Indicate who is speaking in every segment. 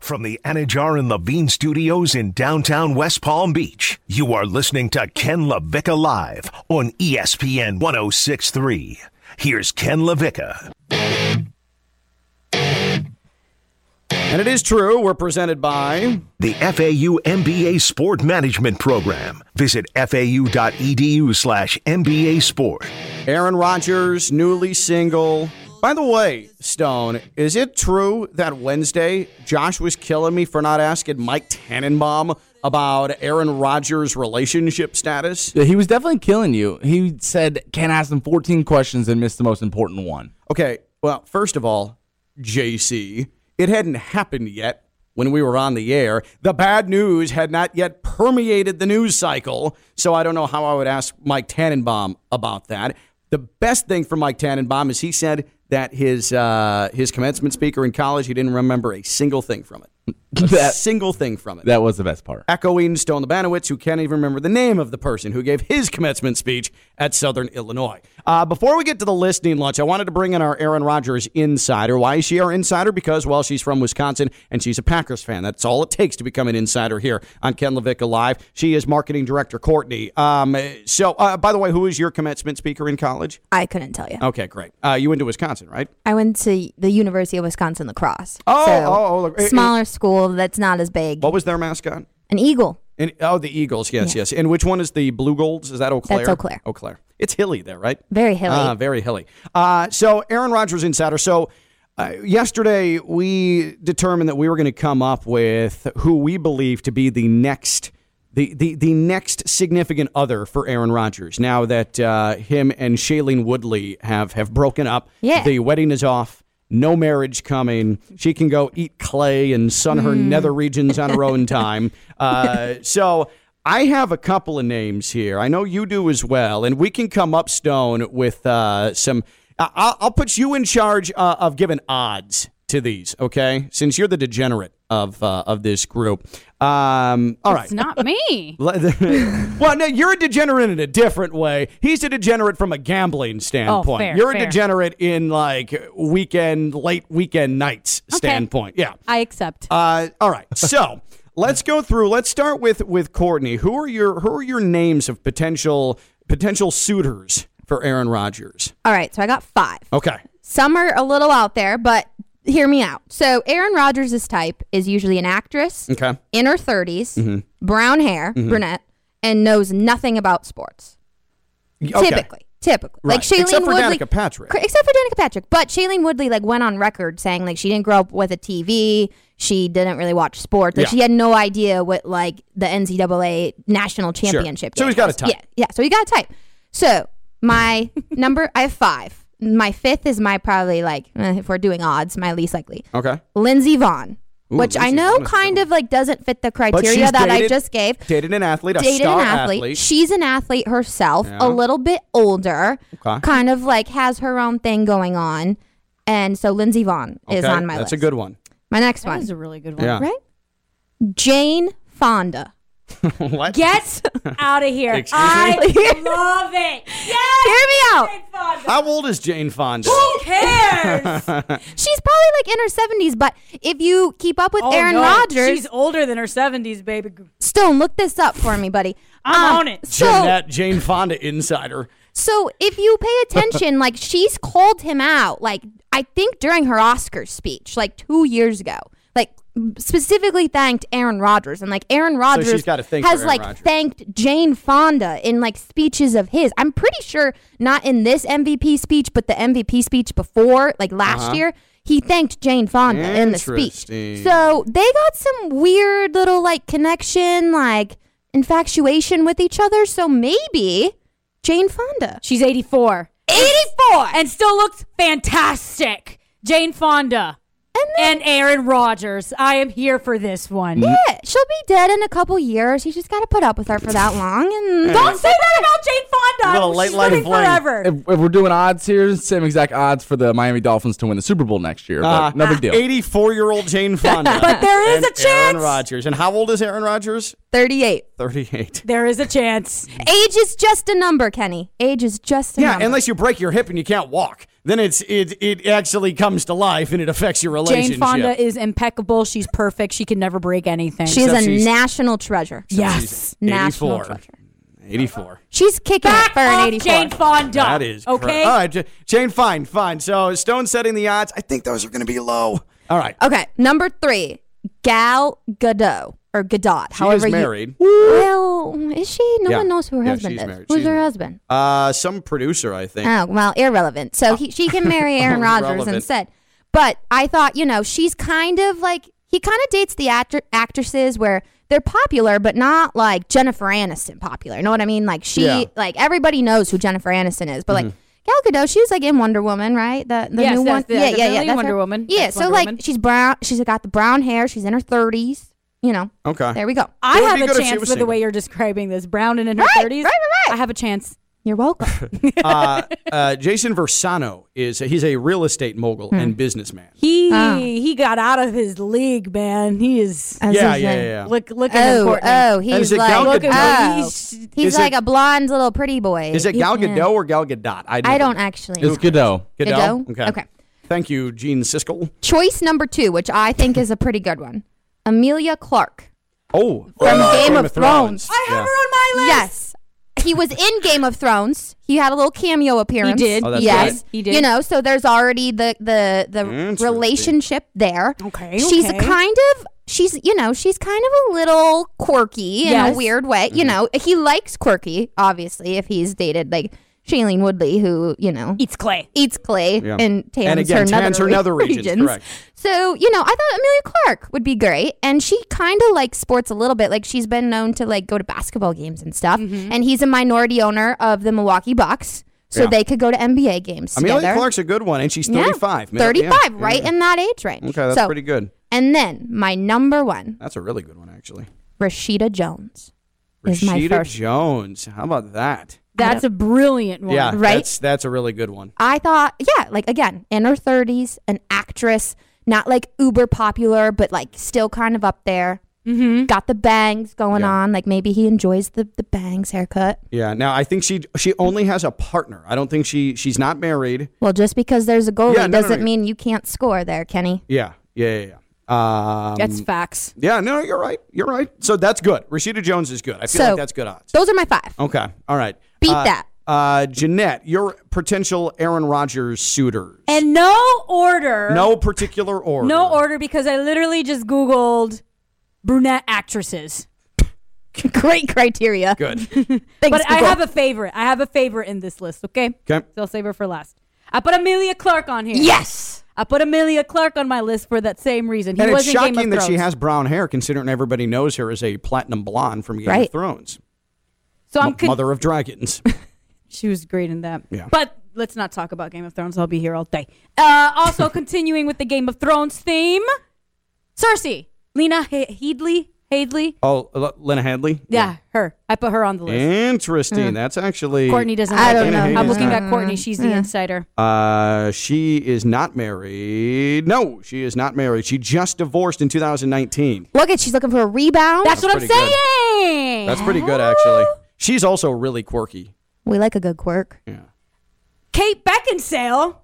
Speaker 1: From the Anajar and Levine Studios in downtown West Palm Beach, you are listening to Ken LaVica Live on E ESPN 1063. Here's Ken LaVica.
Speaker 2: And it is true. We're presented by
Speaker 1: The FAU MBA Sport Management Program. Visit fau.edu E slash MBA Sport.
Speaker 2: Aaron Rodgers, newly single. By the way, Stone, is it true that Wednesday Josh was killing me for not asking Mike Tannenbaum about Aaron Rodgers' relationship status?
Speaker 3: Yeah, he was definitely killing you. He said, "Can't ask them 14 questions and miss the most important one."
Speaker 2: Okay, well, first of all, JC, it hadn't happened yet when we were on the air. The bad news had not yet permeated the news cycle, so I don't know how I would ask Mike Tannenbaum about that. The best thing for Mike Tannenbaum is he said that his uh, his commencement speaker in college, he didn't remember a single thing from it. A
Speaker 3: That
Speaker 2: single thing from it.
Speaker 3: that was the best part.
Speaker 2: Echoing Stone Labanowitz, who can't even remember the name of the person who gave his commencement speech at Southern Illinois. Uh, before we get to the listening lunch, I wanted to bring in our Aaron Rodgers insider. Why is she our insider? Because, well, she's from Wisconsin and she's a Packers fan. That's all it takes to become an insider here on Ken Levick Live. She is marketing director Courtney. Um, so, uh, by the way, who is your commencement speaker in college?
Speaker 4: I couldn't tell you.
Speaker 2: Okay, great. Uh, you went to Wisconsin, right?
Speaker 4: I went to the University of Wisconsin La Crosse.
Speaker 2: Oh,
Speaker 4: so,
Speaker 2: oh, oh, look, it- Oh.
Speaker 4: smaller school that's not as big.
Speaker 2: What was their mascot?
Speaker 4: An eagle.
Speaker 2: And, oh, the Eagles. Yes, yes. And which one is the Blue Golds? Is that Eau Claire?
Speaker 4: Eau Claire.
Speaker 2: Eau Claire. It's hilly there, right?
Speaker 4: Very hilly.
Speaker 2: Ah, very hilly. Uh, so Aaron Rodgers insider. So uh, yesterday we determined that we were going to come up with who we believe to be the next. The, the, the next significant other for Aaron Rodgers now that uh, him and Shailene Woodley have, have broken up.
Speaker 4: Yeah.
Speaker 2: The wedding is off. No marriage coming. She can go eat clay and sun her nether regions on her own time. Uh, so I have a couple of names here. I know you do as well, and we can come up stone with uh, some. I- I'll, I'll put you in charge uh, of giving odds to these, okay? Since you're the degenerate of uh, of this group. Um, all right.
Speaker 5: It's not me.
Speaker 2: Le- well, no, you're a degenerate in a different way. He's a degenerate from a
Speaker 4: Oh,
Speaker 2: gambling standpoint.
Speaker 5: fair,
Speaker 2: you're a
Speaker 5: fair.
Speaker 2: degenerate in like weekend, late weekend nights standpoint. Yeah.
Speaker 5: I accept.
Speaker 2: Uh, all right. So let's go through. Let's start with with Courtney. Who are your who are your names of potential potential suitors for Aaron Rodgers?
Speaker 4: All right, so I got five.
Speaker 2: Okay.
Speaker 4: Some are a little out there, but hear me out. So Aaron Rodgers' type is usually an actress,
Speaker 2: Okay. Mm-hmm.
Speaker 4: in her 30s, brown hair, brunette, and knows nothing about sports.
Speaker 2: Okay.
Speaker 4: Typically. Typically.
Speaker 2: Right.
Speaker 4: Like Shailene
Speaker 2: Except for
Speaker 4: Woodley.
Speaker 2: Danica Patrick.
Speaker 4: Cr- Except for Danica Patrick. But Shailene Woodley like went on record saying like she didn't grow up with a TV. She didn't really watch sports. Like
Speaker 2: Yeah.
Speaker 4: she had no idea what like the NCAA national championship.
Speaker 2: So
Speaker 4: game
Speaker 2: he's got a
Speaker 4: was.
Speaker 2: type.
Speaker 4: Yeah, yeah. So he got a type. So my number I have five. My fifth is my probably like eh, if we're doing odds, my least likely.
Speaker 2: Okay.
Speaker 4: Lindsey Vaughn. which I
Speaker 2: Lindsey
Speaker 4: know
Speaker 2: Vonn is a
Speaker 4: kind of like doesn't fit the
Speaker 2: But
Speaker 4: criteria
Speaker 2: she's
Speaker 4: that I
Speaker 2: dated-
Speaker 4: just gave
Speaker 2: Dated an athlete, a
Speaker 4: dated an
Speaker 2: star
Speaker 4: athlete. She's an athlete herself, a little bit older,
Speaker 2: Okay.
Speaker 4: kind of like has her own thing going on. And so Lindsey Vaughn is
Speaker 2: Okay,
Speaker 4: on my
Speaker 2: That's
Speaker 4: list.
Speaker 2: a good one.
Speaker 4: My next
Speaker 5: that was
Speaker 4: one,
Speaker 5: a really good one.
Speaker 2: Yeah.
Speaker 4: right? Jane Fonda.
Speaker 2: What?
Speaker 5: Get out of here.
Speaker 2: Excuse
Speaker 5: I
Speaker 4: me?
Speaker 5: love it.
Speaker 4: Hear
Speaker 5: Yes.
Speaker 4: me out.
Speaker 5: Jane Fonda.
Speaker 2: How old is Jane Fonda?
Speaker 5: Who cares?
Speaker 4: She's probably like in her seventies, but if you keep up with
Speaker 5: Oh,
Speaker 4: Aaron
Speaker 5: no.
Speaker 4: Rodgers,
Speaker 5: She's older than her 70s, baby.
Speaker 4: Stone, look this up for me, buddy. Um,
Speaker 5: I'm on it.
Speaker 4: So,
Speaker 2: Jeanette Jane Fonda insider.
Speaker 4: So if you pay attention, like she's called him out, like I think during her Oscars speech, like two years ago, like specifically thanked Aaron Rodgers, and like Aaron Rodgers
Speaker 2: she's got a thing for
Speaker 4: has
Speaker 2: Aaron
Speaker 4: like
Speaker 2: Rodgers.
Speaker 4: thanked Jane Fonda in like speeches of his. I'm pretty sure not in this MVP speech, but the MVP speech before, like last year. He thanked Jane Fonda in the speech.
Speaker 2: Uh-huh. Interesting.
Speaker 4: So they got some weird little like connection, like infatuation with each other. So maybe Jane Fonda.
Speaker 5: She's 84.
Speaker 4: 84
Speaker 5: And still looks fantastic. Jane Fonda
Speaker 4: and then
Speaker 5: and Aaron Rodgers. I am here for this one.
Speaker 4: yeah, she'll be dead in a couple years you just gotta put up with her for that long and
Speaker 5: Don't say that about Jane Fonda.
Speaker 2: Little light,
Speaker 5: She's
Speaker 2: light
Speaker 5: living
Speaker 2: flame.
Speaker 5: forever.
Speaker 3: If, if we're doing odds here, same exact odds for the Miami Dolphins to win the Super Bowl next year. But
Speaker 2: Uh,
Speaker 3: no big deal.
Speaker 2: 84 year old Jane Fonda.
Speaker 5: But there is
Speaker 2: And
Speaker 5: a chance.
Speaker 2: Aaron Rodgers. And how old is Aaron Rodgers?
Speaker 4: 38.
Speaker 2: 38.
Speaker 5: There is a chance.
Speaker 4: Age is just a number, Kenny. Age is just a
Speaker 2: Yeah,
Speaker 4: number.
Speaker 2: unless you break your hip and you can't walk, then it's it it actually comes to life and it affects your relationship.
Speaker 5: Jane Fonda is impeccable. She's perfect. She can never break anything.
Speaker 4: she is
Speaker 2: So she's-
Speaker 4: a national treasure.
Speaker 5: yes.
Speaker 4: National
Speaker 2: 84.
Speaker 4: treasure.
Speaker 2: 84.
Speaker 4: She's kicking it for
Speaker 5: Off
Speaker 4: an 84.
Speaker 5: Jane Fonda.
Speaker 2: That is correct.
Speaker 5: okay.
Speaker 2: All right, J- Jane, fine, fine. So Stone setting the odds. I think those are going to be low. All right.
Speaker 4: Okay, number three, Gal Gadot or Gadot.
Speaker 2: She
Speaker 4: however,
Speaker 2: is
Speaker 4: you-
Speaker 2: married.
Speaker 4: well, is she? No
Speaker 2: Yeah.
Speaker 4: one knows who her
Speaker 2: Yeah,
Speaker 4: husband
Speaker 2: she's
Speaker 4: is.
Speaker 2: married.
Speaker 4: Who's
Speaker 2: She's
Speaker 4: her
Speaker 2: married.
Speaker 4: husband?
Speaker 2: Uh, some producer, I
Speaker 5: Ah.
Speaker 2: think.
Speaker 4: Oh, well, irrelevant. So he, she can marry Aaron Rodgers
Speaker 2: Irrelevant.
Speaker 4: instead. But I thought, you know, she's kind of like he kind of dates the actor, actresses where they're popular, but not like Jennifer Aniston popular. You know what I mean? Like she,
Speaker 2: Yeah. Mm-hmm.
Speaker 4: like everybody knows who Jennifer Aniston is, but like. Gal Gadot, she was like in Wonder Woman, right? The the
Speaker 5: Yes,
Speaker 4: new
Speaker 5: that's
Speaker 4: one,
Speaker 5: the-
Speaker 4: yeah, yeah,
Speaker 5: the
Speaker 4: yeah.
Speaker 5: villain,
Speaker 4: that's
Speaker 5: Wonder
Speaker 4: her.
Speaker 5: Woman.
Speaker 4: yeah.
Speaker 5: That's
Speaker 4: so
Speaker 5: Wonder
Speaker 4: like,
Speaker 5: Woman.
Speaker 4: she's brown. She's got the brown hair. She's in her thirties. You know.
Speaker 2: Okay.
Speaker 4: There we go.
Speaker 5: I
Speaker 2: It would Uh, be
Speaker 5: have
Speaker 2: good
Speaker 5: a
Speaker 2: if she
Speaker 5: chance
Speaker 2: was
Speaker 5: with the
Speaker 2: single.
Speaker 5: way you're describing this. Brown and in her
Speaker 4: Right,
Speaker 5: 30s.
Speaker 4: right, right, right.
Speaker 5: I have a chance.
Speaker 4: You're welcome.
Speaker 2: uh, uh, Jason Versano is he's a real estate mogul
Speaker 5: Hmm.
Speaker 2: and businessman.
Speaker 5: He he got out of his league, man. He is
Speaker 4: That's
Speaker 2: Yeah,
Speaker 4: his
Speaker 2: yeah,
Speaker 4: name.
Speaker 2: yeah, yeah.
Speaker 5: look look at him,
Speaker 4: Oh,
Speaker 5: Courtney.
Speaker 4: oh,
Speaker 2: is
Speaker 4: he's
Speaker 2: it
Speaker 4: like,
Speaker 2: Gal Gadot?
Speaker 4: oh,
Speaker 5: He's-
Speaker 4: he's,
Speaker 2: is
Speaker 4: like
Speaker 2: it-
Speaker 4: a blonde little pretty boy.
Speaker 2: Is it Gal Gadot
Speaker 4: Yeah.
Speaker 2: or Gal Gadot? I,
Speaker 4: I
Speaker 2: never
Speaker 4: don't
Speaker 2: know.
Speaker 4: actually.
Speaker 3: It's Godot.
Speaker 4: Gadot?
Speaker 2: Okay.
Speaker 4: Okay.
Speaker 2: Thank you, Gene Siskel.
Speaker 4: Choice number two, which I think is a pretty good one, Amelia Clark
Speaker 2: Oh, from
Speaker 4: from
Speaker 2: uh,
Speaker 4: Game of Thrones.
Speaker 5: I have her on my list.
Speaker 4: Yes. He was in Game of Thrones. He had a little cameo appearance.
Speaker 5: He did.
Speaker 2: Oh, that's
Speaker 4: yes,
Speaker 5: right. He did.
Speaker 4: You know, so there's already the the the
Speaker 2: Interesting.
Speaker 4: relationship there.
Speaker 5: Okay,
Speaker 4: She's
Speaker 5: okay.
Speaker 4: kind of she's you know she's kind of a little quirky in a
Speaker 5: Yes.
Speaker 4: weird way. You know, he likes quirky, obviously, if he's dated like Shailene Woodley, who you know
Speaker 5: Eats clay.
Speaker 4: eats clay
Speaker 2: Yeah.
Speaker 4: and tans
Speaker 2: And again,
Speaker 4: her, nether
Speaker 2: tans her nether regions, correct.
Speaker 4: So, you know, I thought Amelia Clark would be great. And she kind of likes sports a little bit. Like, she's been known to, like, go to basketball games and stuff. And he's a minority owner of the Milwaukee Bucks. So
Speaker 2: Yeah.
Speaker 4: they could go to NBA games
Speaker 2: Amelia
Speaker 4: together.
Speaker 2: Clark's a good one, and she's
Speaker 4: Yeah.
Speaker 2: 35. Middle-
Speaker 4: 35,
Speaker 2: yeah,
Speaker 4: right
Speaker 2: yeah.
Speaker 4: in that age range.
Speaker 2: Okay, that's
Speaker 4: So-
Speaker 2: pretty good.
Speaker 4: And then my number one,
Speaker 2: That's a really good one, actually.
Speaker 4: Rashida Jones, is my
Speaker 2: Rashida
Speaker 4: first.
Speaker 2: Jones. How about that?
Speaker 5: That's a brilliant one.
Speaker 2: Yeah,
Speaker 4: Right?
Speaker 2: That's that's a really good one.
Speaker 4: I thought, yeah, like again, in her 30s, an actress, not like uber popular, but like still kind of up there. Mm-hmm. Got the bangs going on. Like maybe he enjoys the, the bangs haircut.
Speaker 2: Yeah. Now I think she she only has a partner. I don't think she she's not married.
Speaker 4: Well, just because there's a goalie
Speaker 2: Yeah, no, no,
Speaker 4: doesn't
Speaker 2: no.
Speaker 4: mean you can't score there, Kenny.
Speaker 2: Yeah. Yeah. Yeah. yeah. Um,
Speaker 5: That's facts.
Speaker 2: yeah. No, you're right. You're right. So that's good. Rashida Jones is good. I feel
Speaker 4: So-
Speaker 2: like that's good odds.
Speaker 4: Those are my five.
Speaker 2: Okay. All right.
Speaker 4: Beat
Speaker 2: Uh,
Speaker 4: that.
Speaker 2: Uh, Jeanette, your potential Aaron Rodgers suitors.
Speaker 5: And no order.
Speaker 2: no particular order.
Speaker 5: No order because I literally just Googled brunette actresses.
Speaker 4: Great criteria.
Speaker 2: Good.
Speaker 4: Thanks,
Speaker 5: But I
Speaker 4: Google.
Speaker 5: have a favorite. I have a favorite in this list, okay?
Speaker 2: Okay.
Speaker 5: So I'll save her for last. I put Amelia Clark on here.
Speaker 4: yes.
Speaker 5: I put Amelia Clark on my list for that same reason. He
Speaker 2: and
Speaker 5: was
Speaker 2: it's
Speaker 5: in Game
Speaker 2: shocking
Speaker 5: of
Speaker 2: that she
Speaker 5: Thrones.
Speaker 2: has brown hair, considering everybody knows her as a platinum blonde from Game of
Speaker 4: Right.
Speaker 2: Thrones,
Speaker 5: So I'm
Speaker 2: M-
Speaker 5: con-
Speaker 2: mother of dragons.
Speaker 5: She was great in that.
Speaker 2: Yeah.
Speaker 5: But let's not talk about Game of Thrones. I'll be here all day. Uh, also, continuing with the Game of Thrones theme, Cersei, Lena H- Headley, Headley.
Speaker 2: oh, L- Lena Hadley.
Speaker 5: Yeah, her. I put her on the list.
Speaker 2: Interesting. That's actually
Speaker 5: Courtney doesn't.
Speaker 4: I
Speaker 5: like
Speaker 4: don't
Speaker 5: her.
Speaker 2: know.
Speaker 5: I'm looking
Speaker 2: Yeah.
Speaker 5: at Courtney. She's the insider.
Speaker 2: Uh, she is not married. No, she is not married. She just divorced in 2019.
Speaker 4: Look at she's looking for a rebound.
Speaker 5: That's, what I'm
Speaker 2: pretty good.
Speaker 5: saying.
Speaker 2: That's pretty good, actually. She's also really quirky.
Speaker 4: we like a good quirk.
Speaker 2: Yeah.
Speaker 5: Kate Beckinsale.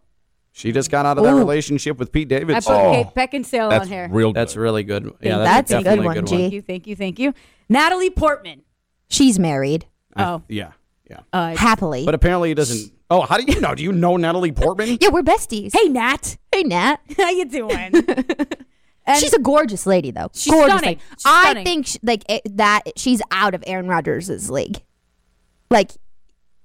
Speaker 2: She just got out of that relationship with Pete
Speaker 5: I
Speaker 2: Davidson.
Speaker 5: put Kate Beckinsale on here.
Speaker 3: real
Speaker 2: Oh. That's really good. Yeah,
Speaker 4: That's a good
Speaker 2: definitely
Speaker 4: one,
Speaker 5: Thank you, thank you, thank you. Natalie Portman.
Speaker 4: She's married
Speaker 5: Oh,
Speaker 2: Yeah, yeah.
Speaker 5: uh,
Speaker 4: happily.
Speaker 2: But apparently, it doesn't. Oh, how do you know? Do you know Natalie Portman?
Speaker 4: yeah, we're besties.
Speaker 5: hey Nat,
Speaker 4: hey Nat.
Speaker 5: how you doing? And-
Speaker 4: she's a gorgeous lady, though.
Speaker 5: She's
Speaker 4: gorgeous
Speaker 5: stunning.
Speaker 4: lady.
Speaker 5: She's
Speaker 4: I
Speaker 5: stunning.
Speaker 4: think sh like it, that she's out of Aaron Rodgers' league. Like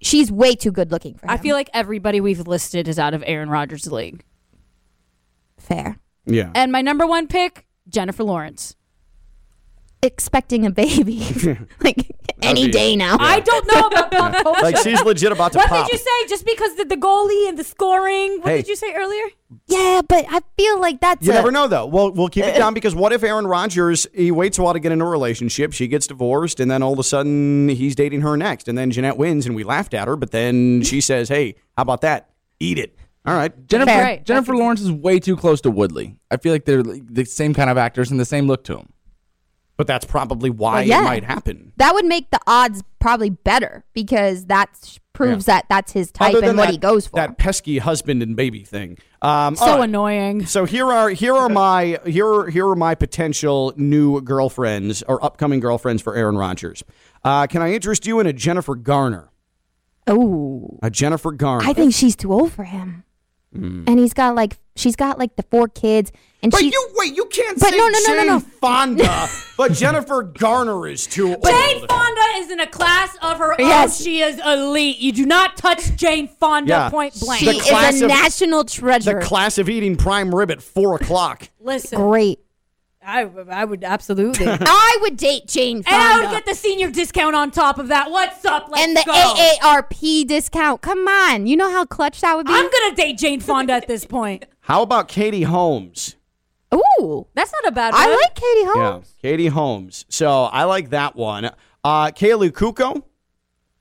Speaker 4: she's way too good looking for him.
Speaker 5: I feel like everybody we've listed is out of Aaron Rodgers' league.
Speaker 4: fair.
Speaker 2: yeah.
Speaker 5: And my number one pick, Jennifer Lawrence.
Speaker 4: Expecting a baby like any
Speaker 2: be-
Speaker 4: day now.
Speaker 5: I don't know about pop culture.
Speaker 2: like she's legit about to
Speaker 5: what
Speaker 2: pop.
Speaker 5: did you say? Just because the, the goalie and the scoring? What
Speaker 2: Hey.
Speaker 5: did you say earlier?
Speaker 4: yeah, but I feel like that's
Speaker 2: You
Speaker 4: a-
Speaker 2: never know, though. Well, we'll keep it down because what if Aaron Rodgers he waits a while to get into a relationship, she gets divorced, and then all of a sudden he's dating her next, and then Jeanette wins, and we laughed at her, but then she says, "Hey, how about that? Eat it." All right,
Speaker 3: Jennifer
Speaker 4: Fair.
Speaker 5: Right,
Speaker 3: Jennifer
Speaker 5: that's-
Speaker 3: Lawrence is way too close to Woodley. I feel like they're like, the same kind of actors and the same look to him.
Speaker 2: But that's probably why
Speaker 4: Well, yeah.
Speaker 2: it might happen.
Speaker 4: That would make the odds probably better because that s- proves that that's his type
Speaker 2: Other than
Speaker 4: and what
Speaker 2: that-
Speaker 4: he goes for.
Speaker 2: That pesky husband and baby thing. Um, all
Speaker 5: So
Speaker 2: right.
Speaker 5: annoying.
Speaker 2: So here are here are my here are, here are my potential new girlfriends or upcoming girlfriends for Aaron Rodgers. Uh, can I interest you in a Jennifer Garner?
Speaker 4: oh,
Speaker 2: A Jennifer Garner.
Speaker 4: I think she's too old for him. And he's got like she's got like the four kids, and
Speaker 2: Mm. But
Speaker 4: she.
Speaker 2: you wait, you can't
Speaker 4: But
Speaker 2: say
Speaker 4: no, no, no, no,
Speaker 2: Jane
Speaker 4: no.
Speaker 2: Fonda, but Jennifer Garner is too old.
Speaker 5: Jane Fonda is in a class of her own.
Speaker 4: Yes.
Speaker 5: She is elite. You do not touch Jane Fonda
Speaker 2: Yeah.
Speaker 5: point blank.
Speaker 4: she
Speaker 2: The
Speaker 4: is
Speaker 2: class
Speaker 4: a
Speaker 2: of-
Speaker 4: national
Speaker 2: the
Speaker 4: treasure.
Speaker 2: class of eating prime rib at four o'clock.
Speaker 5: Listen,
Speaker 4: Great.
Speaker 5: I, I would absolutely. and
Speaker 4: I would date Jane Fonda.
Speaker 5: I would get the senior discount on top of that. What's up? Let's
Speaker 4: and the
Speaker 5: go.
Speaker 4: AARP discount. Come on. You know how clutch that would be?
Speaker 5: I'm going to date Jane Fonda at this point.
Speaker 2: How about Katie Holmes?
Speaker 4: Ooh.
Speaker 5: That's not a bad
Speaker 4: I
Speaker 5: one.
Speaker 4: like Katie
Speaker 2: Yeah,
Speaker 4: Holmes.
Speaker 2: Katie Holmes. So I like that one. Uh, Kaylee Kuko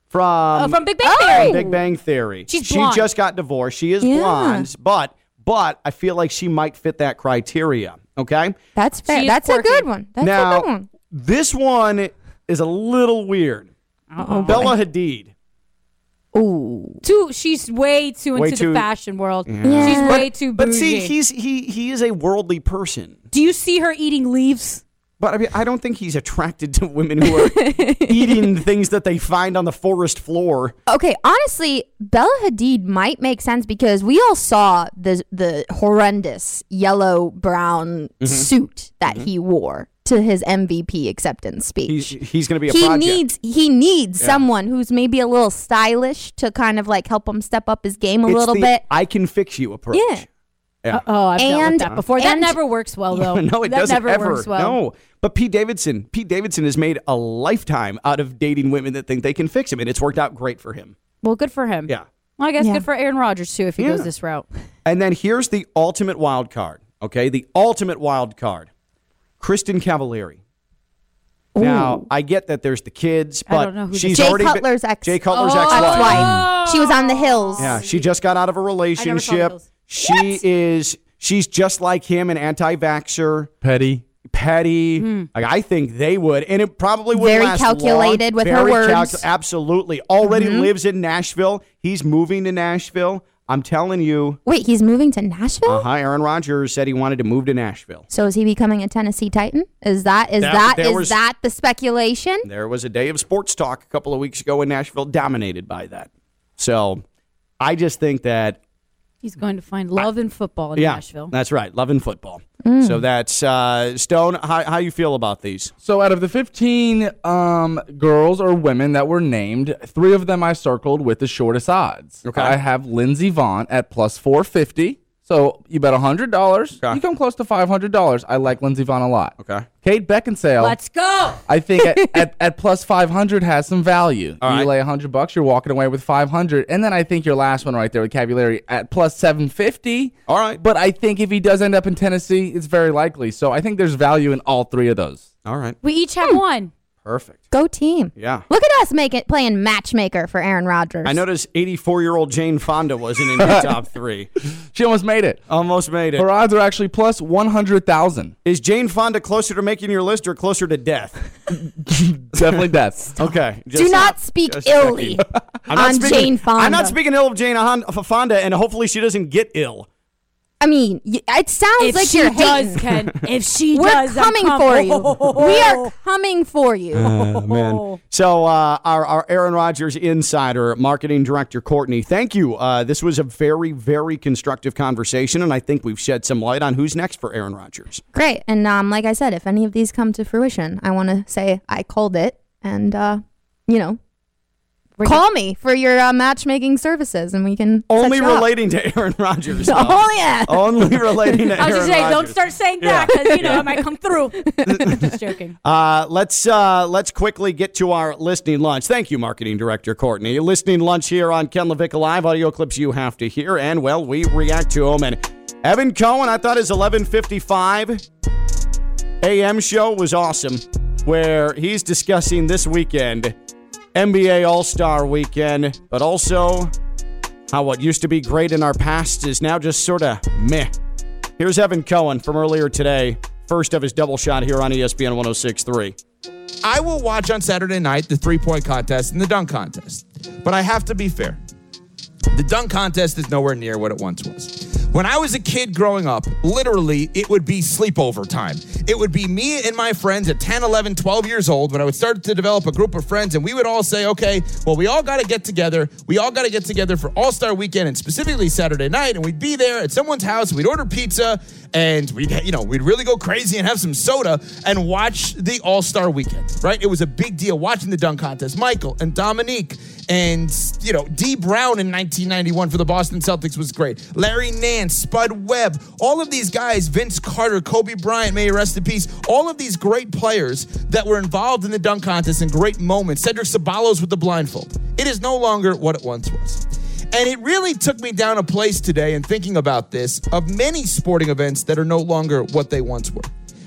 Speaker 2: from
Speaker 5: Oh, from Big Bang
Speaker 4: Oh.
Speaker 5: Theory.
Speaker 2: Big Bang Theory.
Speaker 5: She's
Speaker 2: she
Speaker 5: blonde.
Speaker 2: just got divorced. She is
Speaker 4: Yeah.
Speaker 2: blonde, but but I feel like she might fit that criteria. Okay.
Speaker 4: That's fair.
Speaker 5: She is
Speaker 4: That's a
Speaker 5: quirky.
Speaker 4: good one. That's
Speaker 2: now
Speaker 4: a good one.
Speaker 2: this one is a little weird. Bella Hadid.
Speaker 4: Ooh.
Speaker 5: Too, she's way too
Speaker 2: Way
Speaker 5: into
Speaker 2: too- Mm-hmm.
Speaker 5: the fashion world.
Speaker 4: Yeah.
Speaker 5: She's
Speaker 4: But-
Speaker 5: way too bougie.
Speaker 2: But see, he's he he is a worldly person.
Speaker 5: do you see her eating leaves?
Speaker 2: But I mean, I don't think he's attracted to women who are eating things that they find on the forest floor.
Speaker 4: Okay, honestly, Bella Hadid might make sense because we all saw the the horrendous yellow brown suit that he wore to his MVP acceptance
Speaker 2: He's
Speaker 4: speech.
Speaker 2: he's going to be a
Speaker 4: he
Speaker 2: project.
Speaker 4: needs he needs someone who's maybe a little stylish to kind of like help him step up his game a
Speaker 2: It's
Speaker 4: little
Speaker 2: the
Speaker 4: bit.
Speaker 2: I can fix you approach.
Speaker 4: Yeah.
Speaker 5: Oh, I've dealt
Speaker 4: And-
Speaker 5: with that before. That
Speaker 4: and-
Speaker 5: never works well, though.
Speaker 2: no, it
Speaker 5: that
Speaker 2: doesn't
Speaker 5: never
Speaker 2: ever.
Speaker 5: works well.
Speaker 2: No, but Pete Davidson, Pete Davidson has made a lifetime out of dating women that think they can fix him, and it's worked out great for him.
Speaker 5: Well, good for him.
Speaker 2: Yeah.
Speaker 5: Well, I guess
Speaker 4: Yeah.
Speaker 5: good for Aaron Rodgers too if he
Speaker 2: Yeah.
Speaker 5: goes this route.
Speaker 2: And then here's the ultimate wild card. Okay, the ultimate wild card, Kristen Cavallari. Now I get that there's the kids, but
Speaker 5: don't know who this
Speaker 2: she's
Speaker 4: Jay
Speaker 2: already been-
Speaker 4: Cutler's ex-
Speaker 2: Jay Cutler's
Speaker 5: Oh.
Speaker 2: ex-wife.
Speaker 4: ex-wife. She was on the hills.
Speaker 2: Yeah, she just got out of a relationship.
Speaker 5: those.
Speaker 2: She is. She's just like him, an anti-vaxxer.
Speaker 3: Petty.
Speaker 2: petty. Like, I think they would, and it probably would
Speaker 4: Hmm. Very
Speaker 2: last
Speaker 4: calculated
Speaker 2: long.
Speaker 4: with her
Speaker 2: Very
Speaker 4: words. Mm-hmm.
Speaker 2: absolutely, already lives in Nashville. He's moving to Nashville. I'm telling you.
Speaker 4: Wait, he's moving to Nashville?
Speaker 2: Uh huh. Aaron Rodgers said he wanted to move to Nashville.
Speaker 4: So is he becoming a Tennessee Titan? Is that is
Speaker 2: That-
Speaker 4: that
Speaker 2: there
Speaker 4: is
Speaker 2: was-
Speaker 4: that the speculation?
Speaker 2: There was a day of sports talk a couple of weeks ago in Nashville, dominated by that. So, I just think that
Speaker 5: He's going to find love in football in
Speaker 2: yeah,
Speaker 5: Nashville.
Speaker 2: that's right, loving football.
Speaker 4: Mm.
Speaker 2: So that's uh, Stone. How how you feel about these?
Speaker 3: So out of the 15 um, girls or women that were named, three of them I circled with the shortest odds.
Speaker 2: Okay.
Speaker 3: I have Lindsey Vaughn at plus 450. So you bet $100.
Speaker 2: Okay.
Speaker 3: You come close to $500. I like Lindsey Vaughn a lot.
Speaker 2: Okay.
Speaker 3: Kate Beckinsale.
Speaker 5: Let's go.
Speaker 3: I think at, at, at plus 500 has some value.
Speaker 2: All right.
Speaker 3: You lay 100 bucks, you're walking away with 500. And then I think your last one right there with Cavallari at plus 750.
Speaker 2: All right.
Speaker 3: But I think if he does end up in Tennessee, it's very likely. So I think there's value in all three of those.
Speaker 2: All right.
Speaker 5: We each
Speaker 4: Hmm.
Speaker 5: have one.
Speaker 2: Perfect.
Speaker 4: Go team.
Speaker 2: Yeah.
Speaker 4: Look at us make it playing matchmaker for Aaron Rodgers.
Speaker 2: I noticed 84 year old Jane Fonda wasn't in your top three.
Speaker 3: She almost made it.
Speaker 2: Almost made it.
Speaker 3: Her odds are actually plus 100,000.
Speaker 2: Is Jane Fonda closer to making your list or closer to death?
Speaker 3: Definitely death.
Speaker 2: Okay.
Speaker 4: Do not speak
Speaker 2: just
Speaker 4: illy
Speaker 2: I'm not
Speaker 4: on
Speaker 2: speaking-
Speaker 4: Jane Fonda.
Speaker 2: I'm not speaking ill of Jane Hon- of Fonda, and hopefully she doesn't get ill.
Speaker 4: I mean, y- it sounds
Speaker 5: If
Speaker 4: like
Speaker 5: she
Speaker 4: you're
Speaker 5: does,
Speaker 4: hating.
Speaker 5: Ken. If she
Speaker 4: We're
Speaker 5: does, I'm
Speaker 4: coming
Speaker 5: com-
Speaker 4: for you. we are coming for you.
Speaker 2: Uh, So, uh, our, our Aaron Rodgers insider, marketing director Courtney, thank you. Uh, this was a very, very constructive conversation, and I think we've shed some light on who's next for Aaron Rodgers.
Speaker 4: Great. And um, like I said, if any of these come to fruition, I want to say I called it, and uh, you know, call me for your uh, matchmaking services, and we can set
Speaker 2: Only
Speaker 4: you up.
Speaker 2: relating to Aaron Rodgers. though.
Speaker 4: Oh yeah.
Speaker 2: Only relating to
Speaker 5: I
Speaker 2: Aaron
Speaker 5: was just saying, don't
Speaker 2: Rodgers.
Speaker 5: start saying
Speaker 2: Yeah.
Speaker 5: that because you know I might come through. just joking.
Speaker 2: Uh, let's uh, let's quickly get to our listening lunch. Thank you, marketing director Courtney. Your listening lunch here on Ken Levick Live. Audio clips you have to hear, and well, we react to them. And Evan Cohen, I thought his 11:55 a.m. show was awesome, where he's discussing this weekend, NBA All Star Weekend, but also how what used to be great in our past is now just sort of meh. Here's Evan Cohen from earlier today first of his double shot here on E ESPN 1063.
Speaker 6: I will watch on Saturday night the three point contest and the dunk contest. But I have to be fair. The dunk contest is nowhere near what it once was. When I was a kid growing up, literally, it would be sleepover time. It would be me and my friends at 10, 11, 12 years old when I would start to develop a group of friends, and we would all say, okay, well, we all got to get together. We all got to get together for All Star weekend and specifically Saturday night. And we'd be there at someone's house, we'd order pizza, and we'd, you know, we'd really go crazy and have some soda and watch the All Star weekend, right? It was a big deal watching the dunk contest. Michael and Dominique and you know D Brown in 1991 for the Boston Celtics was great. Larry Nance, Spud Webb, all of these guys, Vince Carter, Kobe Bryant, may he rest in peace. All of these great players that were involved in the dunk contest and great moments. Cedric Sabalos with the blindfold. It is no longer what it once was. And it really took me down a place today in thinking about this of many sporting events that are no longer what they once were.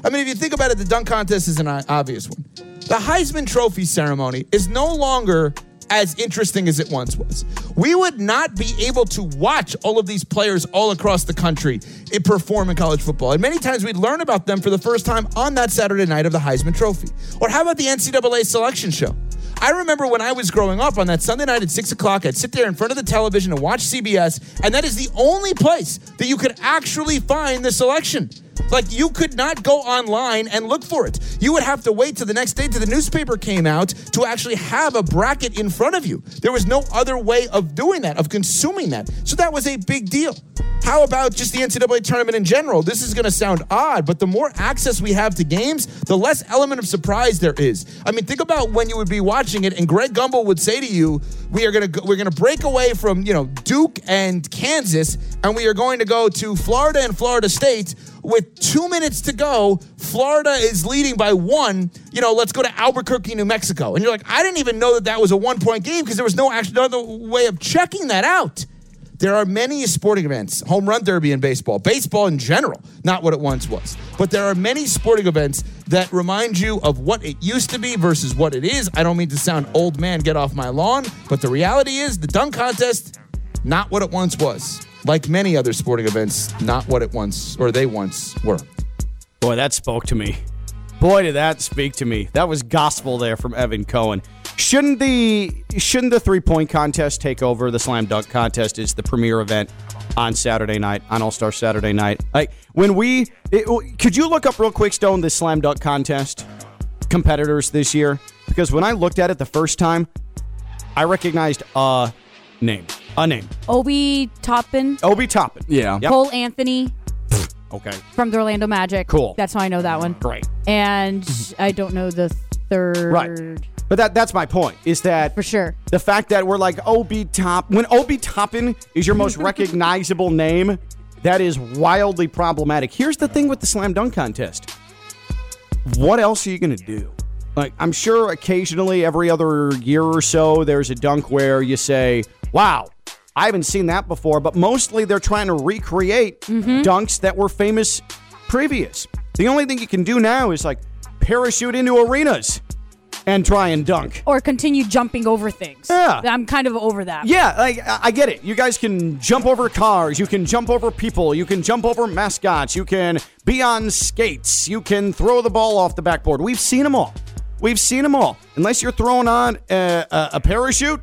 Speaker 6: I mean, if you think about it, the dunk contest is an o- obvious one. The Heisman Trophy ceremony is no longer as interesting as it once was. We would not be able to watch all of these players all across the country eh, perform in college football. And many times we'd learn about them for the first time on that Saturday night of the Heisman Trophy. Or how about the NCAA selection show? I remember when I was growing up on that Sunday night at six o'clock, I'd sit there in front of the television and watch CBS, and that is the only place that you could actually find the selection. Like you could not go online and look for it. You would have to wait till the next day till the newspaper came out to actually have a bracket in front of you. There was no other way of doing that, of consuming that. So that was a big deal. How about just the NCAA tournament in general? This is going to sound odd, but the more access we have to games, the less element of surprise there is. I mean, think about when you would be watching it, and Greg Gumbel would say to you, "We are going to we're going to break away from you know Duke and Kansas, and we are going to go to Florida and Florida State." With two minutes to go, Florida is leading by one. You know, let's go to Albuquerque, New Mexico. And you're like, I didn't even know that that was a one point game because there was no actual other way of checking that out. There are many sporting events, home run derby in baseball, baseball in general, not what it once was. But there are many sporting events that remind you of what it used to be versus what it is. I don't mean to sound old man, get off my lawn, but the reality is the dunk contest, not what it once was. Like many other sporting events, not what it once or they once were.
Speaker 2: Boy, that spoke to me. Boy, did that speak to me. That was gospel there from Evan Cohen. Shouldn't the shouldn't the three point contest take over? The slam dunk contest is the premier event on Saturday night, on All Star Saturday night. Like when we, it, could you look up real quick, Stone, the slam dunk contest competitors this year? Because when I looked at it the first time, I recognized a name, a name,
Speaker 5: Obi Toppin,
Speaker 2: Obi Toppin.
Speaker 3: Yeah.
Speaker 2: Oh, Yep.
Speaker 5: Cole Anthony
Speaker 2: Okay.
Speaker 5: from the Orlando Magic.
Speaker 2: Cool.
Speaker 5: That's how I know that one.
Speaker 2: Great.
Speaker 5: And I don't know the third.
Speaker 2: Right. But that that's my point. Is that
Speaker 5: For sure.
Speaker 2: The fact that we're like OB Top when OB Toppin is your most recognizable name, that is wildly problematic. Here's the thing with the slam dunk contest. What else are you gonna do? Like I'm sure occasionally every other year or so there's a dunk where you say, Wow, I haven't seen that before, but mostly they're trying to recreate dunks that were famous previous. The only thing you can do now is like parachute into arenas and try and dunk.
Speaker 5: Or continue jumping over things.
Speaker 2: Yeah.
Speaker 5: I'm kind of over that.
Speaker 2: Yeah, like I I get it. You guys can jump over cars, you can jump over people, you can jump over mascots, you can be on skates, you can throw the ball off the backboard. We've seen them all. We've seen them all. Unless you're throwing on a, a, a parachute,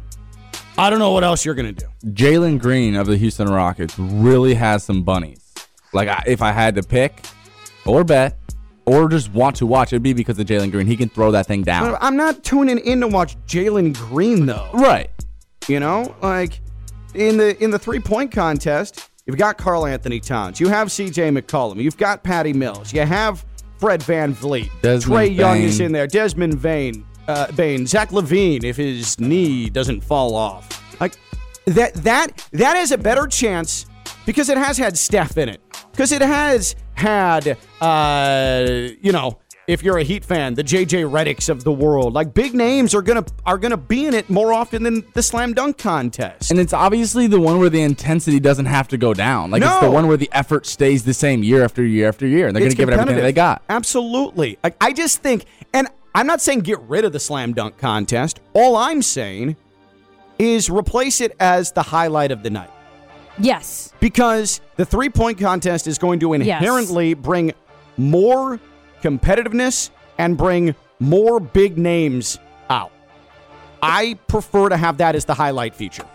Speaker 2: I don't know what else you're gonna do.
Speaker 3: Jalen Green of the Houston Rockets really has some bunnies. Like, I, if I had to pick or bet or just want to watch, it'd be because of Jalen Green. He can throw that thing down.
Speaker 2: I'm not tuning in to watch Jalen Green though.
Speaker 3: Right.
Speaker 2: You know, like in the in the three point contest, you've got Carl Anthony Towns, you have C.J. McCollum, you've got Patty Mills, you have Fred Van Vliet,
Speaker 3: Desmond
Speaker 2: Trey Young is
Speaker 3: Bane.
Speaker 2: in there, Desmond Vane, uh, Bain, Zach Levine, if his knee doesn't fall off, like that that that has a better chance because it has had Steph in it, because it has had uh, you know. If you're a Heat fan, the JJ Reddicks of the world, like big names are gonna are gonna be in it more often than the slam dunk contest.
Speaker 3: And it's obviously the one where the intensity doesn't have to go down. Like, it's the
Speaker 2: No.
Speaker 3: one where the effort stays the same year after year after year. And they're going
Speaker 2: It's
Speaker 3: to give it everything that
Speaker 2: competitive.
Speaker 3: they got.
Speaker 2: Absolutely. Like, I just think, and I'm not saying get rid of the slam dunk contest. All I'm saying is replace it as the highlight of the night
Speaker 5: Yes.
Speaker 2: because the three point contest is going to inherently bring more competitiveness and bring more big names out. I prefer to have that as the highlight feature.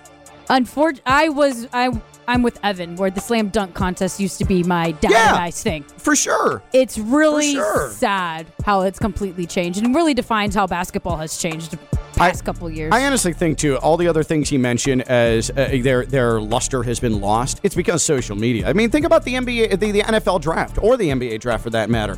Speaker 5: Unfortunately, I was I I'm with Evan, where the slam dunk contest used to be my dad
Speaker 2: Yeah.
Speaker 5: and I's thing.
Speaker 2: For sure.
Speaker 5: It's really
Speaker 2: sure.
Speaker 5: sad how it's completely changed, and really defines how basketball has changed the past couple years.
Speaker 2: I honestly think too. All the other things he mentioned as uh, their their luster has been lost. It's because social media. I mean, think about the NBA, the, the NFL draft, or the NBA draft for that matter.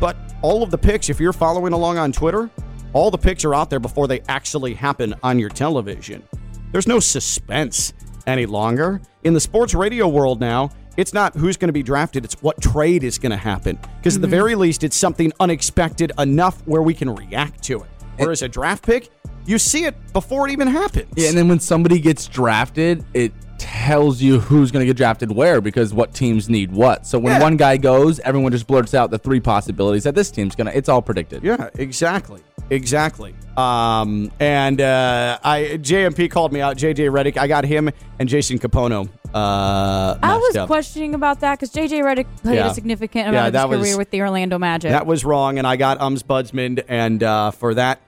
Speaker 2: But all of the picks, if you're following along on Twitter, all the picks are out there before they actually happen on your television. There's no suspense any longer in the sports radio world now. It's not who's going to be drafted, it's what trade is going to happen. Because
Speaker 3: Mm-hmm.
Speaker 2: at the very least, it's something unexpected enough where we can react to it. Whereas a draft pick, you see it before it even happens.
Speaker 3: Yeah, and then when somebody gets drafted, it tells you who's going to get drafted where because what teams need what. So when
Speaker 2: Yeah.
Speaker 3: one guy goes, everyone just blurts out the three possibilities that this team's going to. It's all predicted.
Speaker 2: Yeah, exactly. Exactly. Um, and uh, I JMP called me out. JJ Reddick. I got him and Jason Capono. Uh,
Speaker 5: I
Speaker 2: matched
Speaker 5: was
Speaker 2: up.
Speaker 5: questioning about that because JJ Redick played
Speaker 2: Yeah.
Speaker 5: a significant
Speaker 2: Yeah,
Speaker 5: amount of his
Speaker 2: that was-
Speaker 5: career with the Orlando Magic.
Speaker 2: That was wrong, and I got Ums Budsman, and uh, for that,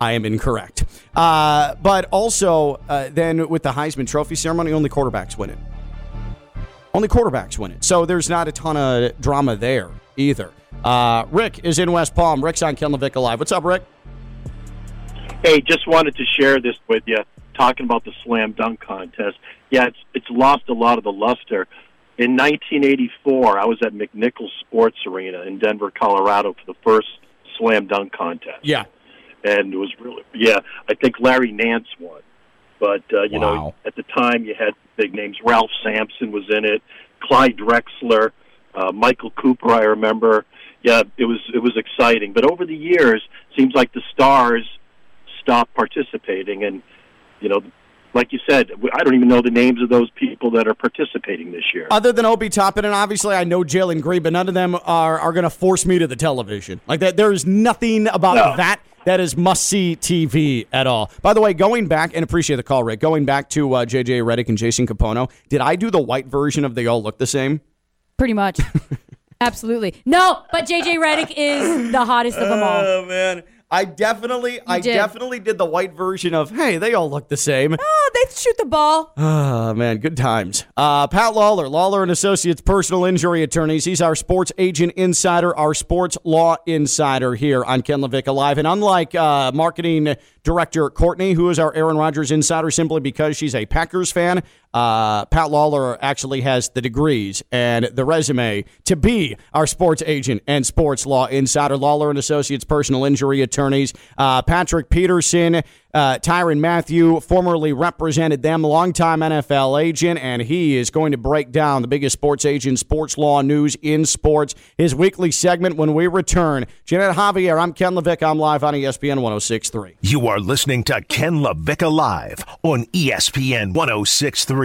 Speaker 2: I am incorrect. Uh, but also, uh, then with the Heisman Trophy ceremony, only quarterbacks win it. Only quarterbacks win it. So there's not a ton of drama there either. Uh, Rick is in West Palm. Rick's on Ken Levick Alive. What's up, Rick?
Speaker 7: Hey, just wanted to share this with you. Talking about the slam dunk contest, yeah, it's it's lost a lot of the luster. In 1984, I was at McNichols Sports Arena in Denver, Colorado, for the first slam dunk contest,
Speaker 2: Yeah.
Speaker 7: and it was really yeah. I think Larry Nance won, but uh, you
Speaker 3: Wow.
Speaker 7: know, at the time you had big names. Ralph Sampson was in it, Clyde Drexler, uh, Michael Cooper. I remember. Yeah, it was it was exciting, but over the years, seems like the stars stopped participating. And you know, like you said, w- I don't even know the names of those people that are participating this year.
Speaker 8: Uh,
Speaker 2: Other than Obi Toppin, and obviously I know Jalen Green, but none of them are, are going to force me to the television. Like that, there is nothing about
Speaker 7: No.
Speaker 2: that that is must see TV at all. By the way, going back and appreciate the call, Rick. Going back to uh, JJ Reddick and Jason Capono, did I do the white version of they all look the same?
Speaker 5: Pretty much. Absolutely. No, but JJ Redick is the hottest of them all.
Speaker 2: Oh, man, I definitely, I
Speaker 5: did.
Speaker 2: definitely did the white version of hey, they all look the same.
Speaker 5: Oh, they shoot the ball.
Speaker 2: Oh, man, good times. Uh, Pat Lawler, Lawler and Associates personal injury attorneys. He's our sports agent insider, our sports law insider here on Ken Levick Alive. And unlike uh, marketing director Courtney, who is our Aaron Rodgers insider simply because she's a Packers fan, uh, Pat Lawler actually has the degrees and the resume to be our sports agent and sports law insider. Lawler and Associates personal injury attorneys. Uh, Patrick Peterson, uh, Tyron Matthew formerly represented them, longtime NFL agent, and he is going to break down the biggest sports agent, sports law news in sports. His weekly segment when we return. Janet Javier, I'm Ken Levick. I'm live on E ESPN 1063.
Speaker 1: You are listening to Ken LaVica Live on E ESPN 1063.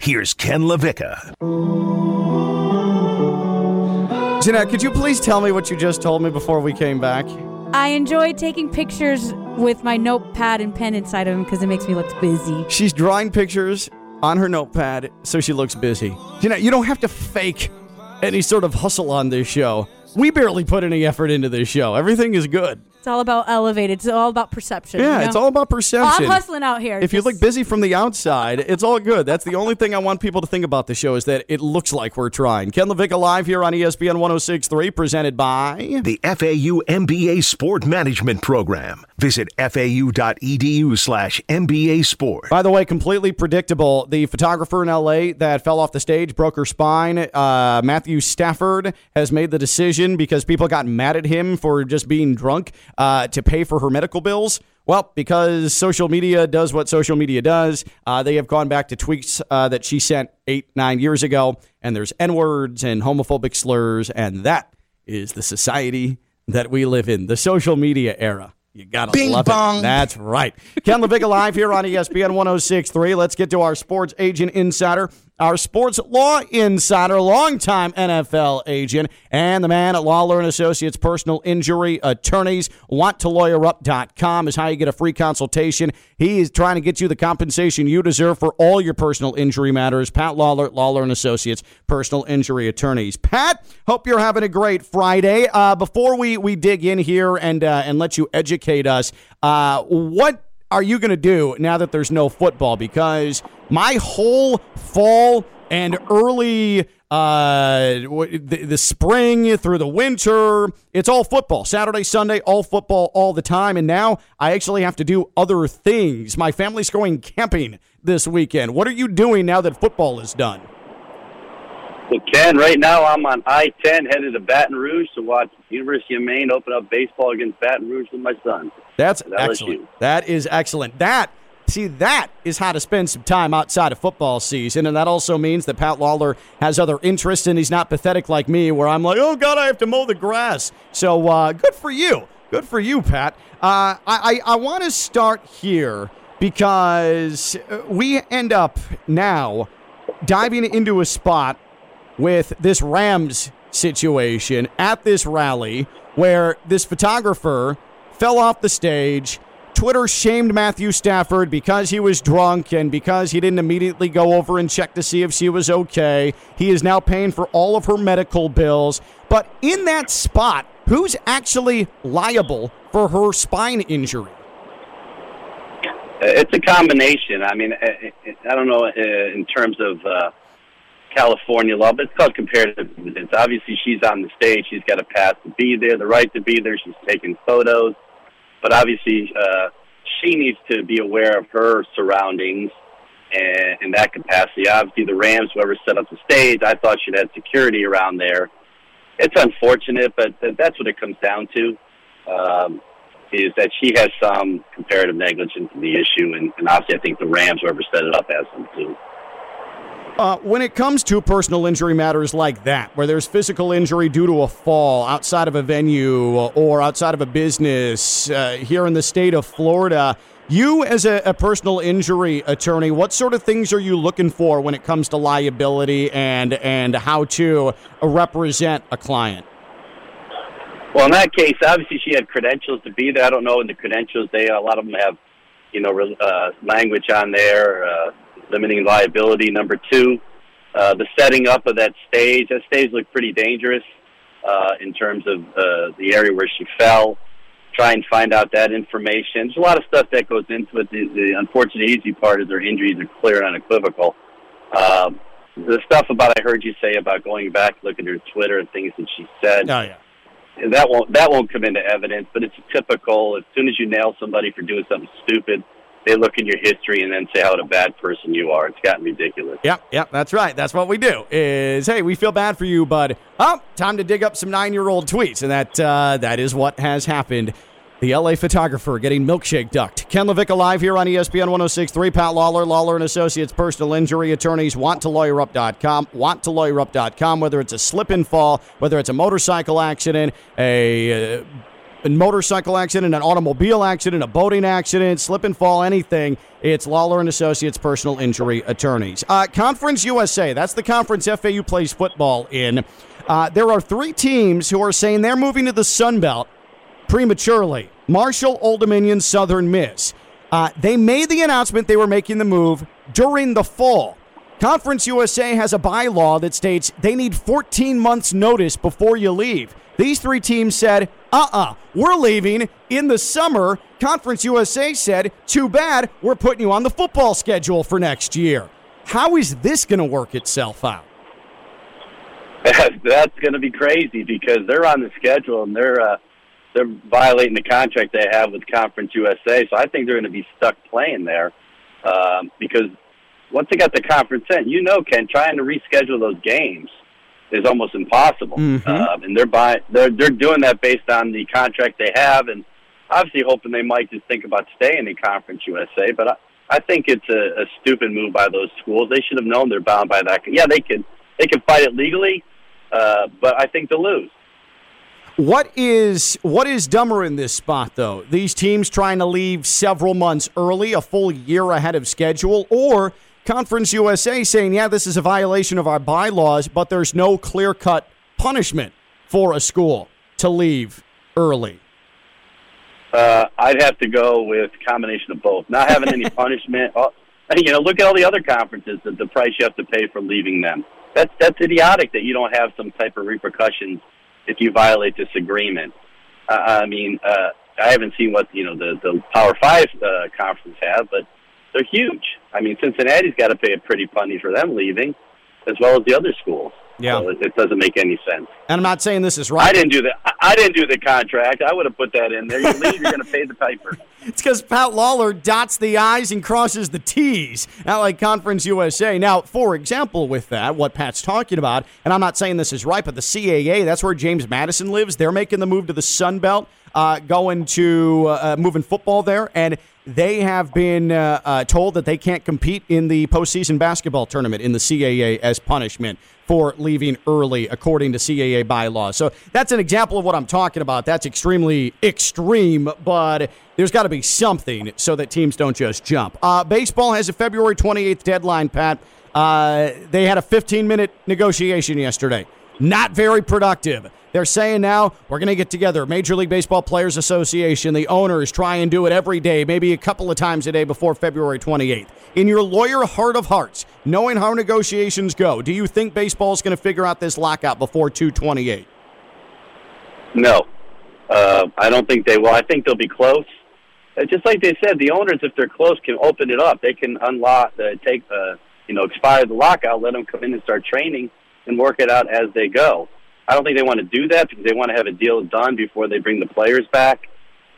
Speaker 1: Here's Ken LaVica.
Speaker 2: Jeanette, could you please tell me what you just told me before we came back?
Speaker 5: I enjoy taking pictures with my notepad and pen inside of them because it makes me look busy.
Speaker 2: She's drawing pictures on her notepad, so she looks busy. You know, you don't have to fake any sort of hustle on this show. We barely put any effort into this show. Everything is good.
Speaker 5: It's all about elevated. It's all about perception.
Speaker 2: Yeah,
Speaker 5: you know?
Speaker 2: it's all about
Speaker 5: Oh,
Speaker 2: perception.
Speaker 5: I'm hustling out here.
Speaker 2: if you
Speaker 5: Just-
Speaker 2: look busy from the outside, it's all good. That's the only thing I want people to think about the show is that it looks like we're trying. Ken Levick live here on E ESPN 1063, presented by
Speaker 1: The FAU MBA Sport Management Program. Visit fau.edu E slash MBA Sport.
Speaker 2: By the way, completely predictable. The photographer in LA that fell off the stage, broke her spine, uh, Matthew Stafford, has made the decision because people got mad at him for just being drunk uh, to pay for her medical bills. Well, because social media does what social media does, uh, they have gone back to tweets uh, that she sent eight, nine years ago, and there's N words and homophobic slurs, and that is the society that we live in, the social media era. You gotta
Speaker 6: Bing
Speaker 2: love it.
Speaker 6: bong.
Speaker 2: That's E oh right. Ken Levick live here on ESPN 106.3. Let's get to our sports agent insider, our sports law insider, longtime NFL agent, and the man at Lawler and Associates Personal Injury Attorneys. WantToLawyerUp.com is how you get a free consultation. He is trying to get you the compensation you deserve for all your personal injury matters. Pat Lawler, at Lawler and Associates Personal Injury Attorneys. Pat, hope you're having a great Friday. Uh, before we we dig in here and uh, and let you educate us, uh, what are you going to do now that there's no football? Because my whole fall and early, uh, w- the, the spring through the winter, it's all football. Saturday, Sunday, all football all the time. And now I actually have to do other things. My family's going camping this weekend. What are you doing now that football is done?
Speaker 8: Well, Ken, right now I'm on I-10 headed to Baton Rouge to watch University of Maine open up baseball against Baton Rouge with my son.
Speaker 2: That's
Speaker 8: With LSU.
Speaker 2: excellent. That is excellent. That see that is how to spend some time outside of football season, and that also means that Pat Lawler has other interests, and he's not pathetic like me, where I'm like, oh god, I have to mow the grass. So uh, good for you, good for you, Pat. Uh, I I, I want to start here because uh, we end up now diving into a spot with this Rams situation at this rally where this photographer fell off the stage. Twitter shamed Matthew Stafford because he was drunk and because he didn't immediately go over and check to see if she was okay. He is now paying for all of her medical bills. But in that spot, who's actually liable for her spine injury?
Speaker 8: It's a combination. I mean, I I- I don't know uh, in terms of uh, California law, but it's called comparative evidence. Obviously, she's on the stage. She's got a pass to be there, the right to be there. She's taking photos. But obviously, uh, she needs to be aware of her surroundings and, in that capacity. Obviously, the Rams, whoever set up the stage, I thought should have security around there. It's unfortunate, but th- that's what it comes down to. Um, is that she has some comparative negligence in the issue, and, and obviously I think the Rams, whoever set it up, has some too.
Speaker 2: Uh, when it comes to personal injury matters like that, where there's physical injury due to a fall outside of a venue or outside of a business uh, here in the state of Florida, you as a, a personal injury attorney, what sort of things are you looking for when it comes to liability and and how to represent a client?
Speaker 8: Well, in that case, obviously she had credentials to be there. I don't know in the credentials they a lot of them have, you know, re- uh, language on there uh, limiting liability. Number two, uh, the setting up of that stage. That stage looked pretty dangerous uh, in terms of uh, the area where she fell. Try and find out that information. There's a lot of stuff that goes into it. The, the unfortunate easy part is their injuries are clear and unequivocal. Um, the stuff about I heard you say about going back, looking at her Twitter and things that she said
Speaker 2: Oh yeah.
Speaker 8: and that won't that won't come into evidence, but it's typical. As soon as you nail somebody for doing something stupid, they look in your history and then say how what a bad person you are. It's gotten ridiculous.
Speaker 2: Yep, yep, that's right. That's what we do. Is hey, we feel bad for you, bud. Oh, time to dig up some nine-year-old tweets, and that uh, that is what has happened. The LA photographer getting milkshake ducked. Ken Levick alive here on E ESPN 1063. Pat Lawler, Lawler and Associates personal injury attorneys, wanttolawyerup.com, wanttolawyerup.com, whether it's a slip and fall, whether it's a motorcycle accident, a uh, a motorcycle accident, an automobile accident, a boating accident, slip and fall, anything, it's Lawler and Associates personal injury attorneys. Uh, conference USA, that's the conference FAU plays football in. Uh, there are three teams who are saying they're moving to the Sun Belt prematurely. Marshall, Old Dominion, Southern Miss. Uh, they made the announcement they were making the move during the fall. Conference USA has a bylaw that states they need 14 months' notice before you leave. These three teams said, uh uh-uh, uh, we are leaving in the summer. Conference USA said, too bad, we're putting you on the football schedule for next year. How is this going to work itself out?
Speaker 8: That's going to be crazy because they're on the schedule and they're uh, they're violating the contract they have with Conference USA. So I think they're going to be stuck playing there um, because once they got the conference in, you know, Ken, trying to reschedule those games is almost impossible. Um, and they're by they're they're doing that based on the contract they have, and obviously hoping they might just think about staying in Conference USA. But I, I think it's a, a stupid move by those schools. They should have known they're bound by that. Yeah, they could they can fight it legally, uh, but I think they'll lose.
Speaker 2: What is what is dumber in this spot though? These teams trying to leave several months early, a full year ahead of schedule, or Conference USA saying, yeah, this is a violation of our bylaws, but there's no clear cut punishment for a school to leave early.
Speaker 8: Uh, I'd have to go with combination of both. Not having any punishment. Oh, you know, look at all the other conferences. The, the price you have to pay for leaving them. That's that's idiotic that you don't have some type of repercussions if you violate this agreement. Uh, I mean, uh, I haven't seen what you know the the Power Five uh, conference have, but they're huge. I mean, Cincinnati's got to pay a pretty penny for them leaving, as well as the other schools.
Speaker 2: Yeah.
Speaker 8: so it, it doesn't make any sense.
Speaker 2: And I'm not saying this is right.
Speaker 8: I didn't do the I I didn't do the contract. I would have put that in there. You leave, you're going to pay the piper.
Speaker 2: It's because Pat Lawler dots the I's and crosses the T's, not like Conference USA. Now, for example, with that, what Pat's talking about, and I'm not saying this is right, but the CAA, that's where James Madison lives. They're making the move to the Sun Belt, uh, going to uh, uh, moving football there, and they have been uh, uh, told that they can't compete in the postseason basketball tournament in the CAA as punishment for leaving early, according to CAA bylaws. So that's an example of what I'm talking about. That's extremely extreme, but there's got to be something so that teams don't just jump. Uh, baseball has a February 28th deadline, Pat. Uh, they had a 15 minute negotiation yesterday. Not very productive. They're saying now we're going to get together. Major League Baseball Players Association, the owners try and do it every day, maybe a couple of times a day before February 28th. In your lawyer heart of hearts, knowing how negotiations go, do you think baseball's going to figure out this lockout before 228?
Speaker 8: No, uh, I don't think they will. I think they'll be close. Uh, just like they said, the owners, if they're close, can open it up. They can unlock, uh, take, uh, you know, expire the lockout, let them come in and start training and work it out as they go. I don't think they want to do that because they want to have a deal done before they bring the players back.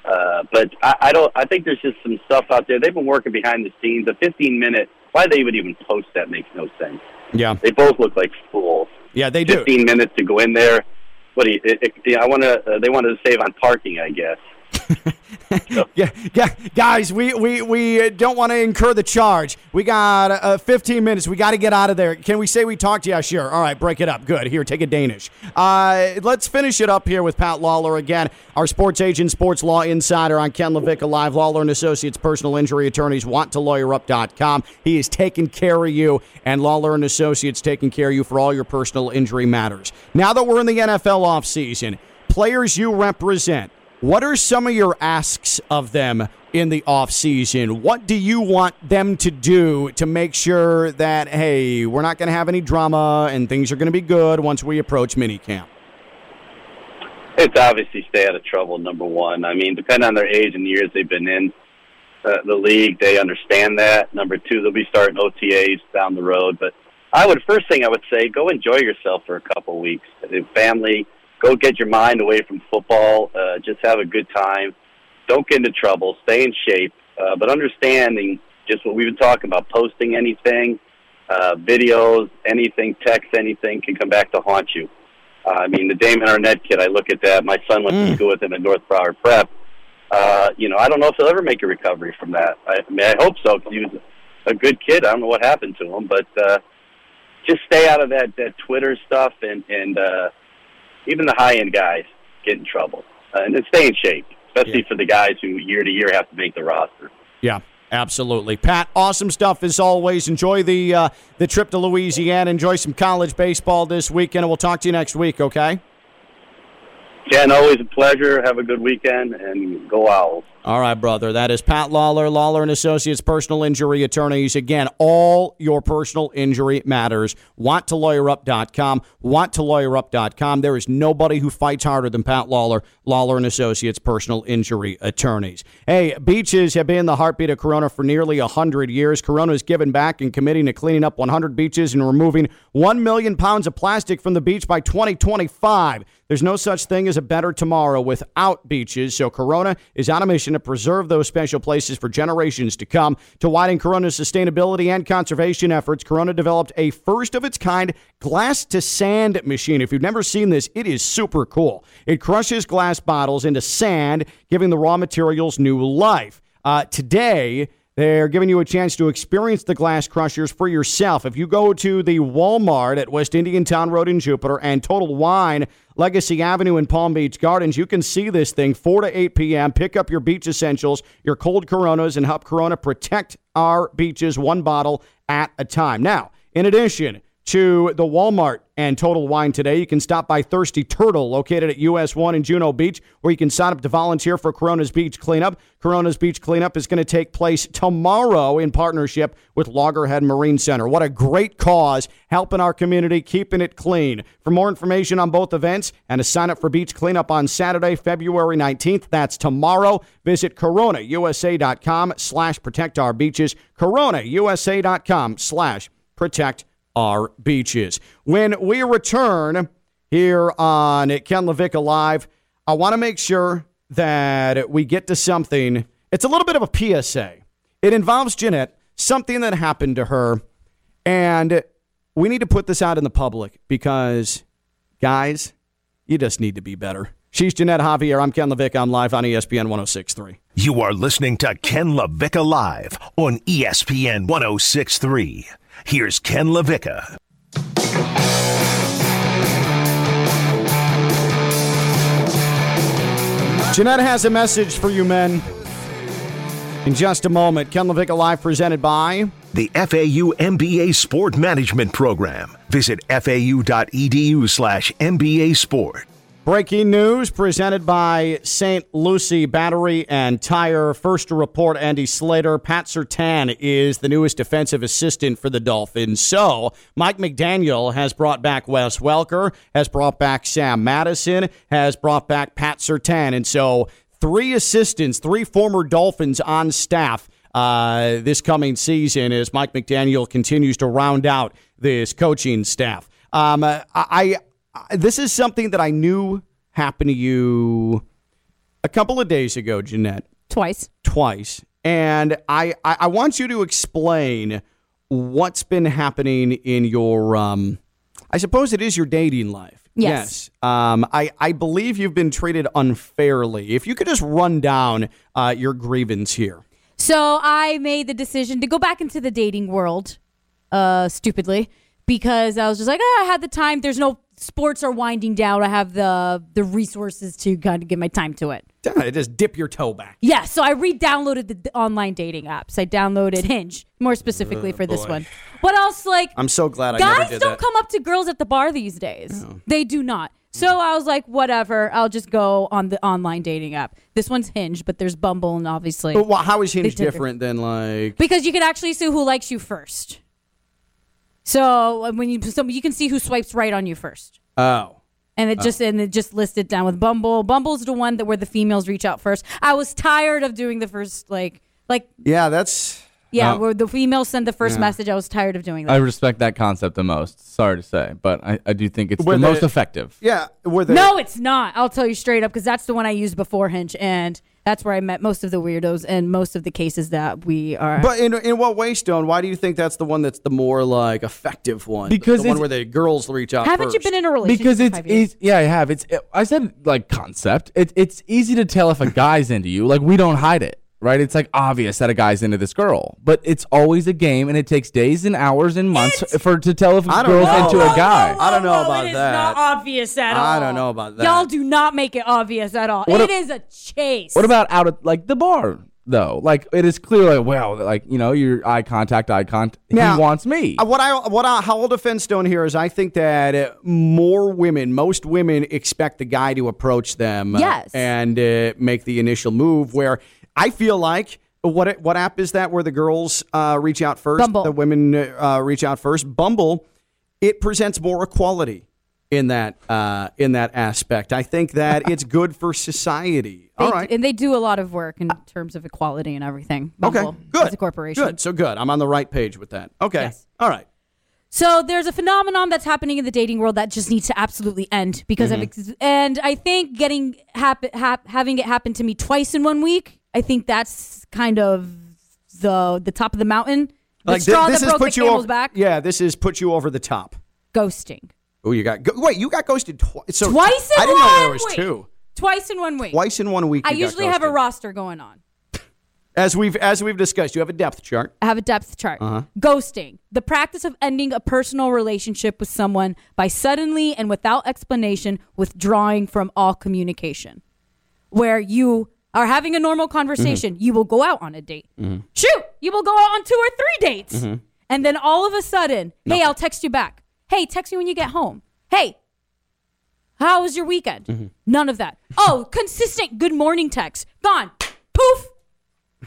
Speaker 8: Uh, but I, I don't. I think there's just some stuff out there. They've been working behind the scenes. A 15 minute. Why they would even post that makes no sense.
Speaker 2: Yeah.
Speaker 8: They both look like fools.
Speaker 2: Yeah, they do.
Speaker 8: 15 minutes to go in there. What do you, it, it, yeah, I want to? Uh, they wanted to save on parking, I guess.
Speaker 2: Yeah, yeah, guys, we, we, we uh, don't want to incur the charge. We got uh, 15 minutes. We got to get out of there. Can we say we talked? Yeah, sure. All right, break it up. Good. Here, take a Danish. Uh, let's finish it up here with Pat Lawler again, our sports agent, sports law insider on Ken Levick Alive. Lawler and Associates personal injury attorneys want to lawyerup.com. He is taking care of you, and Lawler and Associates taking care of you for all your personal injury matters. Now that we're in the NFL offseason, players you represent, what are some of your asks of them in the offseason? What do you want them to do to make sure that, hey, we're not going to have any drama and things are going to be good once we approach minicamp?
Speaker 8: It's obviously stay out of trouble, number one. I mean, depending on their age and the years they've been in uh, the league, they understand that. Number two, they'll be starting OTAs down the road. But I would, first thing I would say, go enjoy yourself for a couple weeks. The family, go get your mind away from football. Uh, just have a good time. Don't get into trouble. Stay in shape. Uh, but understanding just what we've been talking about, posting anything, uh, videos, anything, text, anything can come back to haunt you. Uh, I mean, the Damon Arnett kid, I look at that. My son went to school with him at North Broward Prep. Uh, you know, I don't know if he'll ever make a recovery from that. I, I mean, I hope so 'cause he was a good kid. I don't know what happened to him, but uh, just stay out of that, that Twitter stuff and, and uh, even the high end guys get in trouble. Uh, and then stay in shape, especially for the guys who year to year have to make the roster.
Speaker 2: Yeah, absolutely. Pat, awesome stuff as always. Enjoy the, uh, the trip to Louisiana. Enjoy some college baseball this weekend, and we'll talk to you next week, okay?
Speaker 8: Ken, always a pleasure. Have a good weekend and go Owls.
Speaker 2: All right, brother. That is Pat Lawler, Lawler and Associates personal injury attorneys. Again, all your personal injury matters. WantToLawyerUp.com. WantToLawyerUp.com. There is nobody who fights harder than Pat Lawler, Lawler and Associates personal injury attorneys. Hey, beaches have been the heartbeat of Corona for nearly 100 years. Corona is giving back and committing to cleaning up 100 beaches and removing 1 million pounds of plastic from the beach by 2025. There's no such thing as a better tomorrow without beaches, so Corona is on a mission to preserve those special places for generations to come. To widen Corona's sustainability and conservation efforts, Corona developed a first of its kind glass to sand machine. If you've never seen this, it is super cool. It crushes glass bottles into sand, giving the raw materials new life. Uh, today, they're giving you a chance to experience the glass crushers for yourself. If you go to the Walmart at West Indian Town Road in Jupiter and Total Wine Legacy Avenue in Palm Beach Gardens, you can see this thing 4 to 8 p.m. Pick up your beach essentials, your cold coronas, and help Corona protect our beaches one bottle at a time. Now, in addition to the Walmart and Total Wine today, you can stop by Thirsty Turtle, located at US 1 in Juneau Beach, where you can sign up to volunteer for Corona's Beach Cleanup. Corona's Beach Cleanup is going to take place tomorrow in partnership with Loggerhead Marine Center. What a great cause, helping our community, keeping it clean. For more information on both events and to sign up for Beach Cleanup on Saturday, February 19th, that's tomorrow, visit coronausa.com slash protect our beaches, coronausa.com slash protect our beaches. When we return here on Ken Levick Alive, I want to make sure that we get to something. It's a little bit of a PSA. It involves Jeanette, something that happened to her, and we need to put this out in the public because, guys, you just need to be better. She's Jeanette Javier. I'm Ken Levick. I'm live on E ESPN 1063.
Speaker 1: You are listening to Ken LaVica Live on E ESPN 1063. Here's Ken LaVica.
Speaker 2: Jeanette has a message for you men. In just a moment, Ken Levick Live presented by
Speaker 1: The FAU MBA Sport Management Program. Visit fau.edu E slash MBA Sport.
Speaker 2: Breaking news presented by St. Lucie Battery and Tire. First to report, Andy Slater. Pat Sertan is the newest defensive assistant for the Dolphins. So, Mike McDaniel has brought back Wes Welker, has brought back Sam Madison, has brought back Pat Sertan. And so, three assistants, three former Dolphins on staff uh, this coming season as Mike McDaniel continues to round out this coaching staff. Um, I, I, I this is something that I knew happened to you a couple of days ago, Jeanette,
Speaker 5: Twice.
Speaker 2: twice, and I, I, I want you to explain what's been happening in your um, I suppose it is your dating life.
Speaker 5: Yes.
Speaker 2: Yes. Um, I, I believe you've been treated unfairly. If you could just run down uh, your grievance here.
Speaker 5: So I made the decision to go back into the dating world, uh, stupidly, because I was just like, oh, I had the time. There's no sports are winding down. I have the the resources to kind of give my time to it.
Speaker 2: Yeah, Just dip your toe back.
Speaker 5: Yeah, so I re-downloaded the d- online dating apps. I downloaded Hinge, more specifically for this one. What else? Like
Speaker 2: I'm so glad I
Speaker 5: guys
Speaker 2: never did
Speaker 5: don't
Speaker 2: that.
Speaker 5: come up to girls at the bar these days. They do not. So I was like, whatever. I'll just go on the online dating app. This one's Hinge, but there's Bumble and obviously
Speaker 2: But wha- how is Hinge
Speaker 5: took her.
Speaker 2: different than like?
Speaker 5: because you can actually see who likes you first. So uh, when you so you can see who swipes right on you first.
Speaker 2: Oh,
Speaker 5: And it just and it just listed down with Bumble. Bumble's the one that where the females reach out first. I was tired of doing the first like like
Speaker 2: yeah, that's
Speaker 5: yeah,
Speaker 3: Oh.
Speaker 5: where the females send the first message. I was tired of doing
Speaker 3: I
Speaker 5: that.
Speaker 3: respect that concept the most. Sorry to say, but I, I do think it's
Speaker 2: Where
Speaker 3: the
Speaker 2: the-
Speaker 3: most effective.
Speaker 2: yeah. Were they,
Speaker 5: no, it's not. I'll tell you straight up because that's the one I used before Hinge, and that's where I met most of the weirdos and most of the cases that we are.
Speaker 2: But in in what way, Stone? Why do you think that's the one that's the more like effective one?
Speaker 3: Because
Speaker 2: the one
Speaker 3: it's-
Speaker 2: where the girls reach out.
Speaker 5: haven't you
Speaker 2: first?
Speaker 5: been in a relationship?
Speaker 3: because
Speaker 5: for
Speaker 3: it's,
Speaker 5: five years?
Speaker 3: it's yeah i have it's i said like concept it, it's easy to tell if a guy's into you like we don't hide it right it's like obvious that a guy's into this girl but it's always a game and it takes days and hours and months for to tell if a
Speaker 2: I don't
Speaker 3: girl's
Speaker 2: know.
Speaker 3: into
Speaker 2: No,
Speaker 3: a guy
Speaker 2: I don't know about
Speaker 5: it is
Speaker 2: that.
Speaker 5: not obvious at all.
Speaker 2: I don't know about that.
Speaker 5: Y'all do not make it obvious at all.
Speaker 3: What
Speaker 5: It
Speaker 3: a-
Speaker 5: is a chase.
Speaker 3: what about out at like the bar though like it is clear like well like you know your eye contact eye contact
Speaker 2: Now-
Speaker 3: he wants me
Speaker 2: Uh, What I what I, how I'll defend Stone here is I think that uh, more women, most women expect the guy to approach them uh,
Speaker 4: Yes.
Speaker 2: and uh, make the initial move. Where I feel like what it- what app is that where the girls uh, reach out first,
Speaker 5: Bumble.
Speaker 2: the women uh, reach out first. Bumble, it presents more equality in that uh, in that aspect. I think that it's good for society.
Speaker 5: They,
Speaker 2: All right.
Speaker 5: And they do a lot of work in terms of equality and everything. Bumble,
Speaker 2: okay. Good.
Speaker 5: As a corporation.
Speaker 2: Good. So good. I'm on the right page with that. Okay.
Speaker 5: Yes.
Speaker 2: All right.
Speaker 5: So there's a phenomenon that's happening in the dating world that just needs to absolutely end because of
Speaker 2: Mm-hmm.
Speaker 5: ex- and I think getting happen hap- having it happen to me twice in one week. I think that's kind of the the top of the mountain. The
Speaker 2: like thi-
Speaker 5: straw
Speaker 2: this
Speaker 5: that
Speaker 2: has
Speaker 5: broke
Speaker 2: put
Speaker 5: the
Speaker 2: you
Speaker 5: camel's
Speaker 2: over,
Speaker 5: back.
Speaker 2: Yeah, this is put you over the top.
Speaker 5: Ghosting
Speaker 2: Oh, you got go, wait, you got ghosted twice. So
Speaker 5: Twice in
Speaker 2: I didn't know there
Speaker 5: one
Speaker 2: was
Speaker 5: week.
Speaker 2: two.
Speaker 5: twice in one week.
Speaker 2: Twice in one week.
Speaker 5: I
Speaker 2: you got
Speaker 5: usually have a
Speaker 2: ghosted.
Speaker 5: roster going on.
Speaker 2: As we've as we've discussed, you have a depth chart.
Speaker 5: I have a depth chart.
Speaker 2: Uh-huh.
Speaker 5: Ghosting, the practice of ending a personal relationship with someone by suddenly and without explanation withdrawing from all communication. Where you are having a normal conversation, you will go out on a date. Shoot, you will go out on two or three dates. And then all of a sudden, hey, I'll text you back. Hey, text me when you get home. Hey, how was your weekend? None of that. Oh, consistent good morning text. Gone. Poof.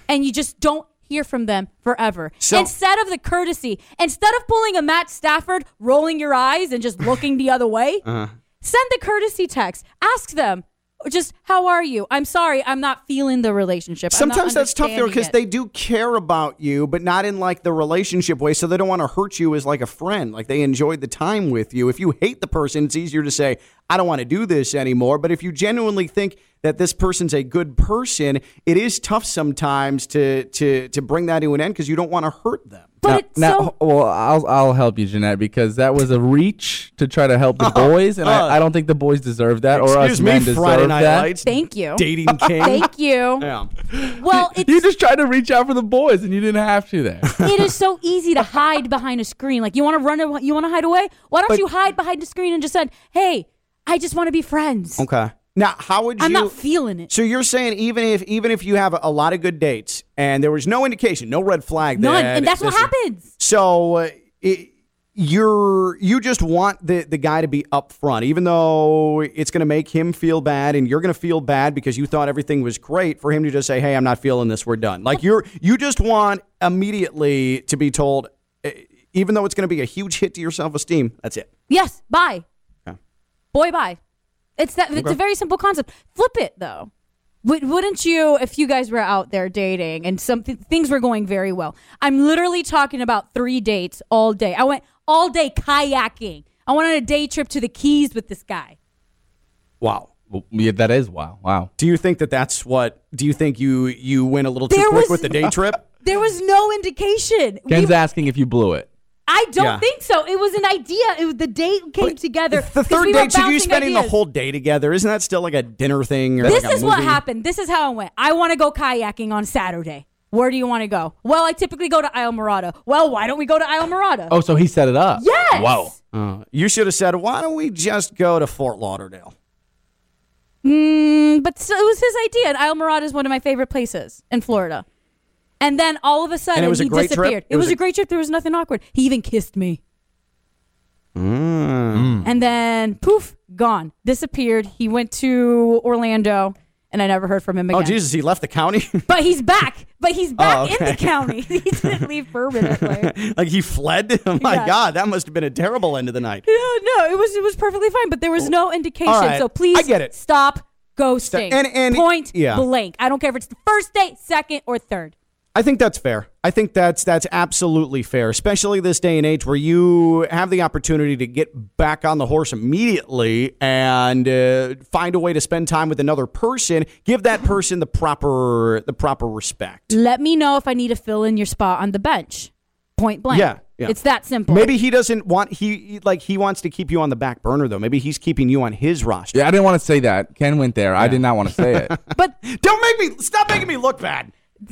Speaker 5: And you just don't hear from them forever.
Speaker 2: So-
Speaker 5: instead of the courtesy, instead of pulling a Matt Stafford, rolling your eyes and just looking the other way, send the courtesy text. Ask them just how are you? I'm sorry, I'm not feeling the relationship. I'm not
Speaker 2: Sometimes that's tough though because
Speaker 5: understanding
Speaker 2: they do care about you, but not in like the relationship way. So they don't want to hurt you as like a friend. Like they enjoyed the time with you. If you hate the person, it's easier to say, I don't want to do this anymore. But if you genuinely think that this person's a good person, it is tough sometimes to to to bring that to an end because you don't want to hurt them.
Speaker 5: it. But
Speaker 3: now,
Speaker 5: it's
Speaker 3: now-
Speaker 5: so
Speaker 3: ho- well, I'll I'll help you, Jeanette, because that was a reach to try to help the boys, and I, I don't think the boys deserve that, or us
Speaker 2: Uh-huh. Excuse me,
Speaker 3: men deserve
Speaker 2: Friday Night
Speaker 3: that.
Speaker 2: Lights,
Speaker 5: thank you.
Speaker 2: dating king.
Speaker 5: Thank you.
Speaker 2: Yeah.
Speaker 5: Well, it's
Speaker 3: You just tried to reach out for the boys, and you didn't have to there.
Speaker 5: it is so easy to hide behind a screen. Like you want to run, aw- you want to hide away. Why don't
Speaker 2: But-
Speaker 5: you hide behind the screen and just said, "Hey, I just want to be friends.
Speaker 2: Okay. Now, how would you?
Speaker 5: I'm not feeling it."
Speaker 2: So you're saying even if even if you have a lot of good dates and there was no indication, no red flag,
Speaker 5: None,
Speaker 2: that
Speaker 5: and that's what
Speaker 2: this-
Speaker 5: happens.
Speaker 2: So uh, it, you're you just want the the guy to be upfront, even though it's going to make him feel bad, and you're going to feel bad because you thought everything was great. For him to just say, "Hey, I'm not feeling this. We're done." Like you're you just want immediately to be told, uh, even though it's going to be a huge hit to your self esteem. That's it.
Speaker 5: Yes, bye.
Speaker 2: Okay.
Speaker 5: Boy, bye. It's that. It's a very simple concept. Flip it though. Would, wouldn't you if you guys were out there dating and something things were going very well? I'm literally talking about three dates all day. I went all day kayaking. I went on a day trip to the Keys with this guy.
Speaker 2: Wow.
Speaker 3: Well, yeah, that is wow, wow.
Speaker 2: Do you think that that's what? Do you think you you went a little too
Speaker 5: There
Speaker 2: quick with
Speaker 5: was-
Speaker 2: the day trip?
Speaker 5: There was no indication. We
Speaker 3: Ken's asking if you blew it.
Speaker 5: I don't
Speaker 2: Yeah.
Speaker 5: think so. It was an idea. It was, the date came
Speaker 2: The
Speaker 5: together. 'cause
Speaker 2: third
Speaker 5: we were
Speaker 2: date, so you
Speaker 5: bouncing
Speaker 2: spending the
Speaker 5: ideas.
Speaker 2: whole day together, isn't that still like a dinner thing? Or
Speaker 5: This
Speaker 2: like a
Speaker 5: is what
Speaker 2: movie?
Speaker 5: happened. This is how it went. I want to go kayaking on Saturday. Where do you want to go? Well, I typically go to Isle Morada. Well, why don't we go to Isle Morada?
Speaker 3: Oh, so he set it up.
Speaker 5: yes.
Speaker 3: Wow.
Speaker 2: Uh, you should have said, "Why don't we just go to Fort Lauderdale?"
Speaker 5: Mm, but so it was his idea. And Isle Morada is one of my favorite places in Florida. And then all of a sudden,
Speaker 2: And it was a
Speaker 5: he
Speaker 2: great trip?
Speaker 5: disappeared. It, was, a, great trip. There was nothing awkward. He even kissed me.
Speaker 2: Mm.
Speaker 5: Mm. And then poof, gone, disappeared. He went to Orlando, and I never heard from him again.
Speaker 2: Oh Jesus, he left the county.
Speaker 5: But he's back. But he's back
Speaker 2: Oh,
Speaker 5: in
Speaker 2: okay.
Speaker 5: the county. he didn't leave permanently.
Speaker 2: like he fled. Oh my
Speaker 5: Yeah.
Speaker 2: God, that must have been a terrible end of the night.
Speaker 5: No, no, it was it was perfectly fine, but there was no indication.
Speaker 2: All right.
Speaker 5: So please
Speaker 2: I get it.
Speaker 5: stop ghosting.
Speaker 2: And- and-
Speaker 5: point
Speaker 2: yeah.
Speaker 5: blank. I don't care if it's the first date, second, or third.
Speaker 2: I think that's fair. I think that's that's absolutely fair, especially this day and age where you have the opportunity to get back on the horse immediately and uh, find a way to spend time with another person. Give that person the proper the proper respect.
Speaker 5: Let me know if I need to fill in your spot on the bench. Point blank.
Speaker 2: Yeah, yeah.
Speaker 5: It's that simple.
Speaker 2: Maybe he doesn't want he like he wants to keep you on the back burner though. Maybe he's keeping you on his roster.
Speaker 3: Yeah, I didn't want to say that. Ken went there. I did not want to say it.
Speaker 5: But
Speaker 2: Don't make me stop making me look bad.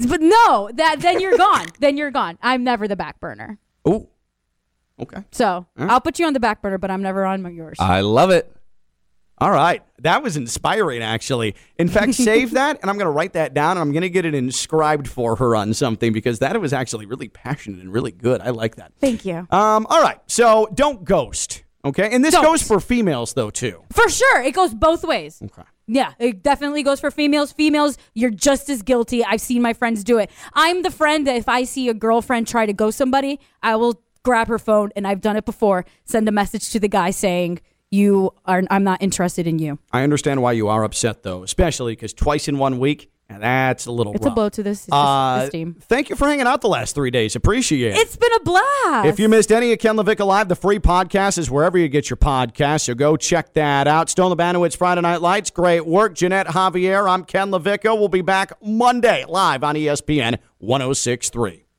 Speaker 5: but no, that then you're gone. then you're gone. I'm never the back burner.
Speaker 2: Oh, okay.
Speaker 5: So I'll put you on the back burner, but I'm never on yours.
Speaker 2: Uh,
Speaker 3: I love it.
Speaker 2: All right. That was inspiring, actually. In fact, save that, and I'm going to write that down, and I'm going to get it inscribed for her on something because that was actually really passionate and really good. I like that.
Speaker 5: Thank you.
Speaker 2: Um, all right. So don't ghost, okay? And this
Speaker 5: Don't.
Speaker 2: goes for females, though, too.
Speaker 5: For sure, it goes both ways.
Speaker 2: Okay.
Speaker 5: Yeah, it definitely goes for females. Females, you're just as guilty. I've seen my friends do it. I'm the friend that if I see a girlfriend try to go somebody, I will grab her phone, and I've done it before. Send a message to the guy saying, "You are, I'm not interested in you."
Speaker 2: I understand why you are upset, though, especially because twice in one week, and that's a little
Speaker 5: It's
Speaker 2: rough.
Speaker 5: a blow to this, this,
Speaker 2: Uh,
Speaker 5: this team.
Speaker 2: Thank you for hanging out the last three days. Appreciate it.
Speaker 5: It's been a blast.
Speaker 2: If you missed any of Ken Levick Alive, the free podcast is wherever you get your podcast. So go check that out. Stone Labanowitz, Friday Night Lights. Great work. Jeanette E oh Javier. I'm Ken Levicka. We'll be back Monday live on ESPN 1063.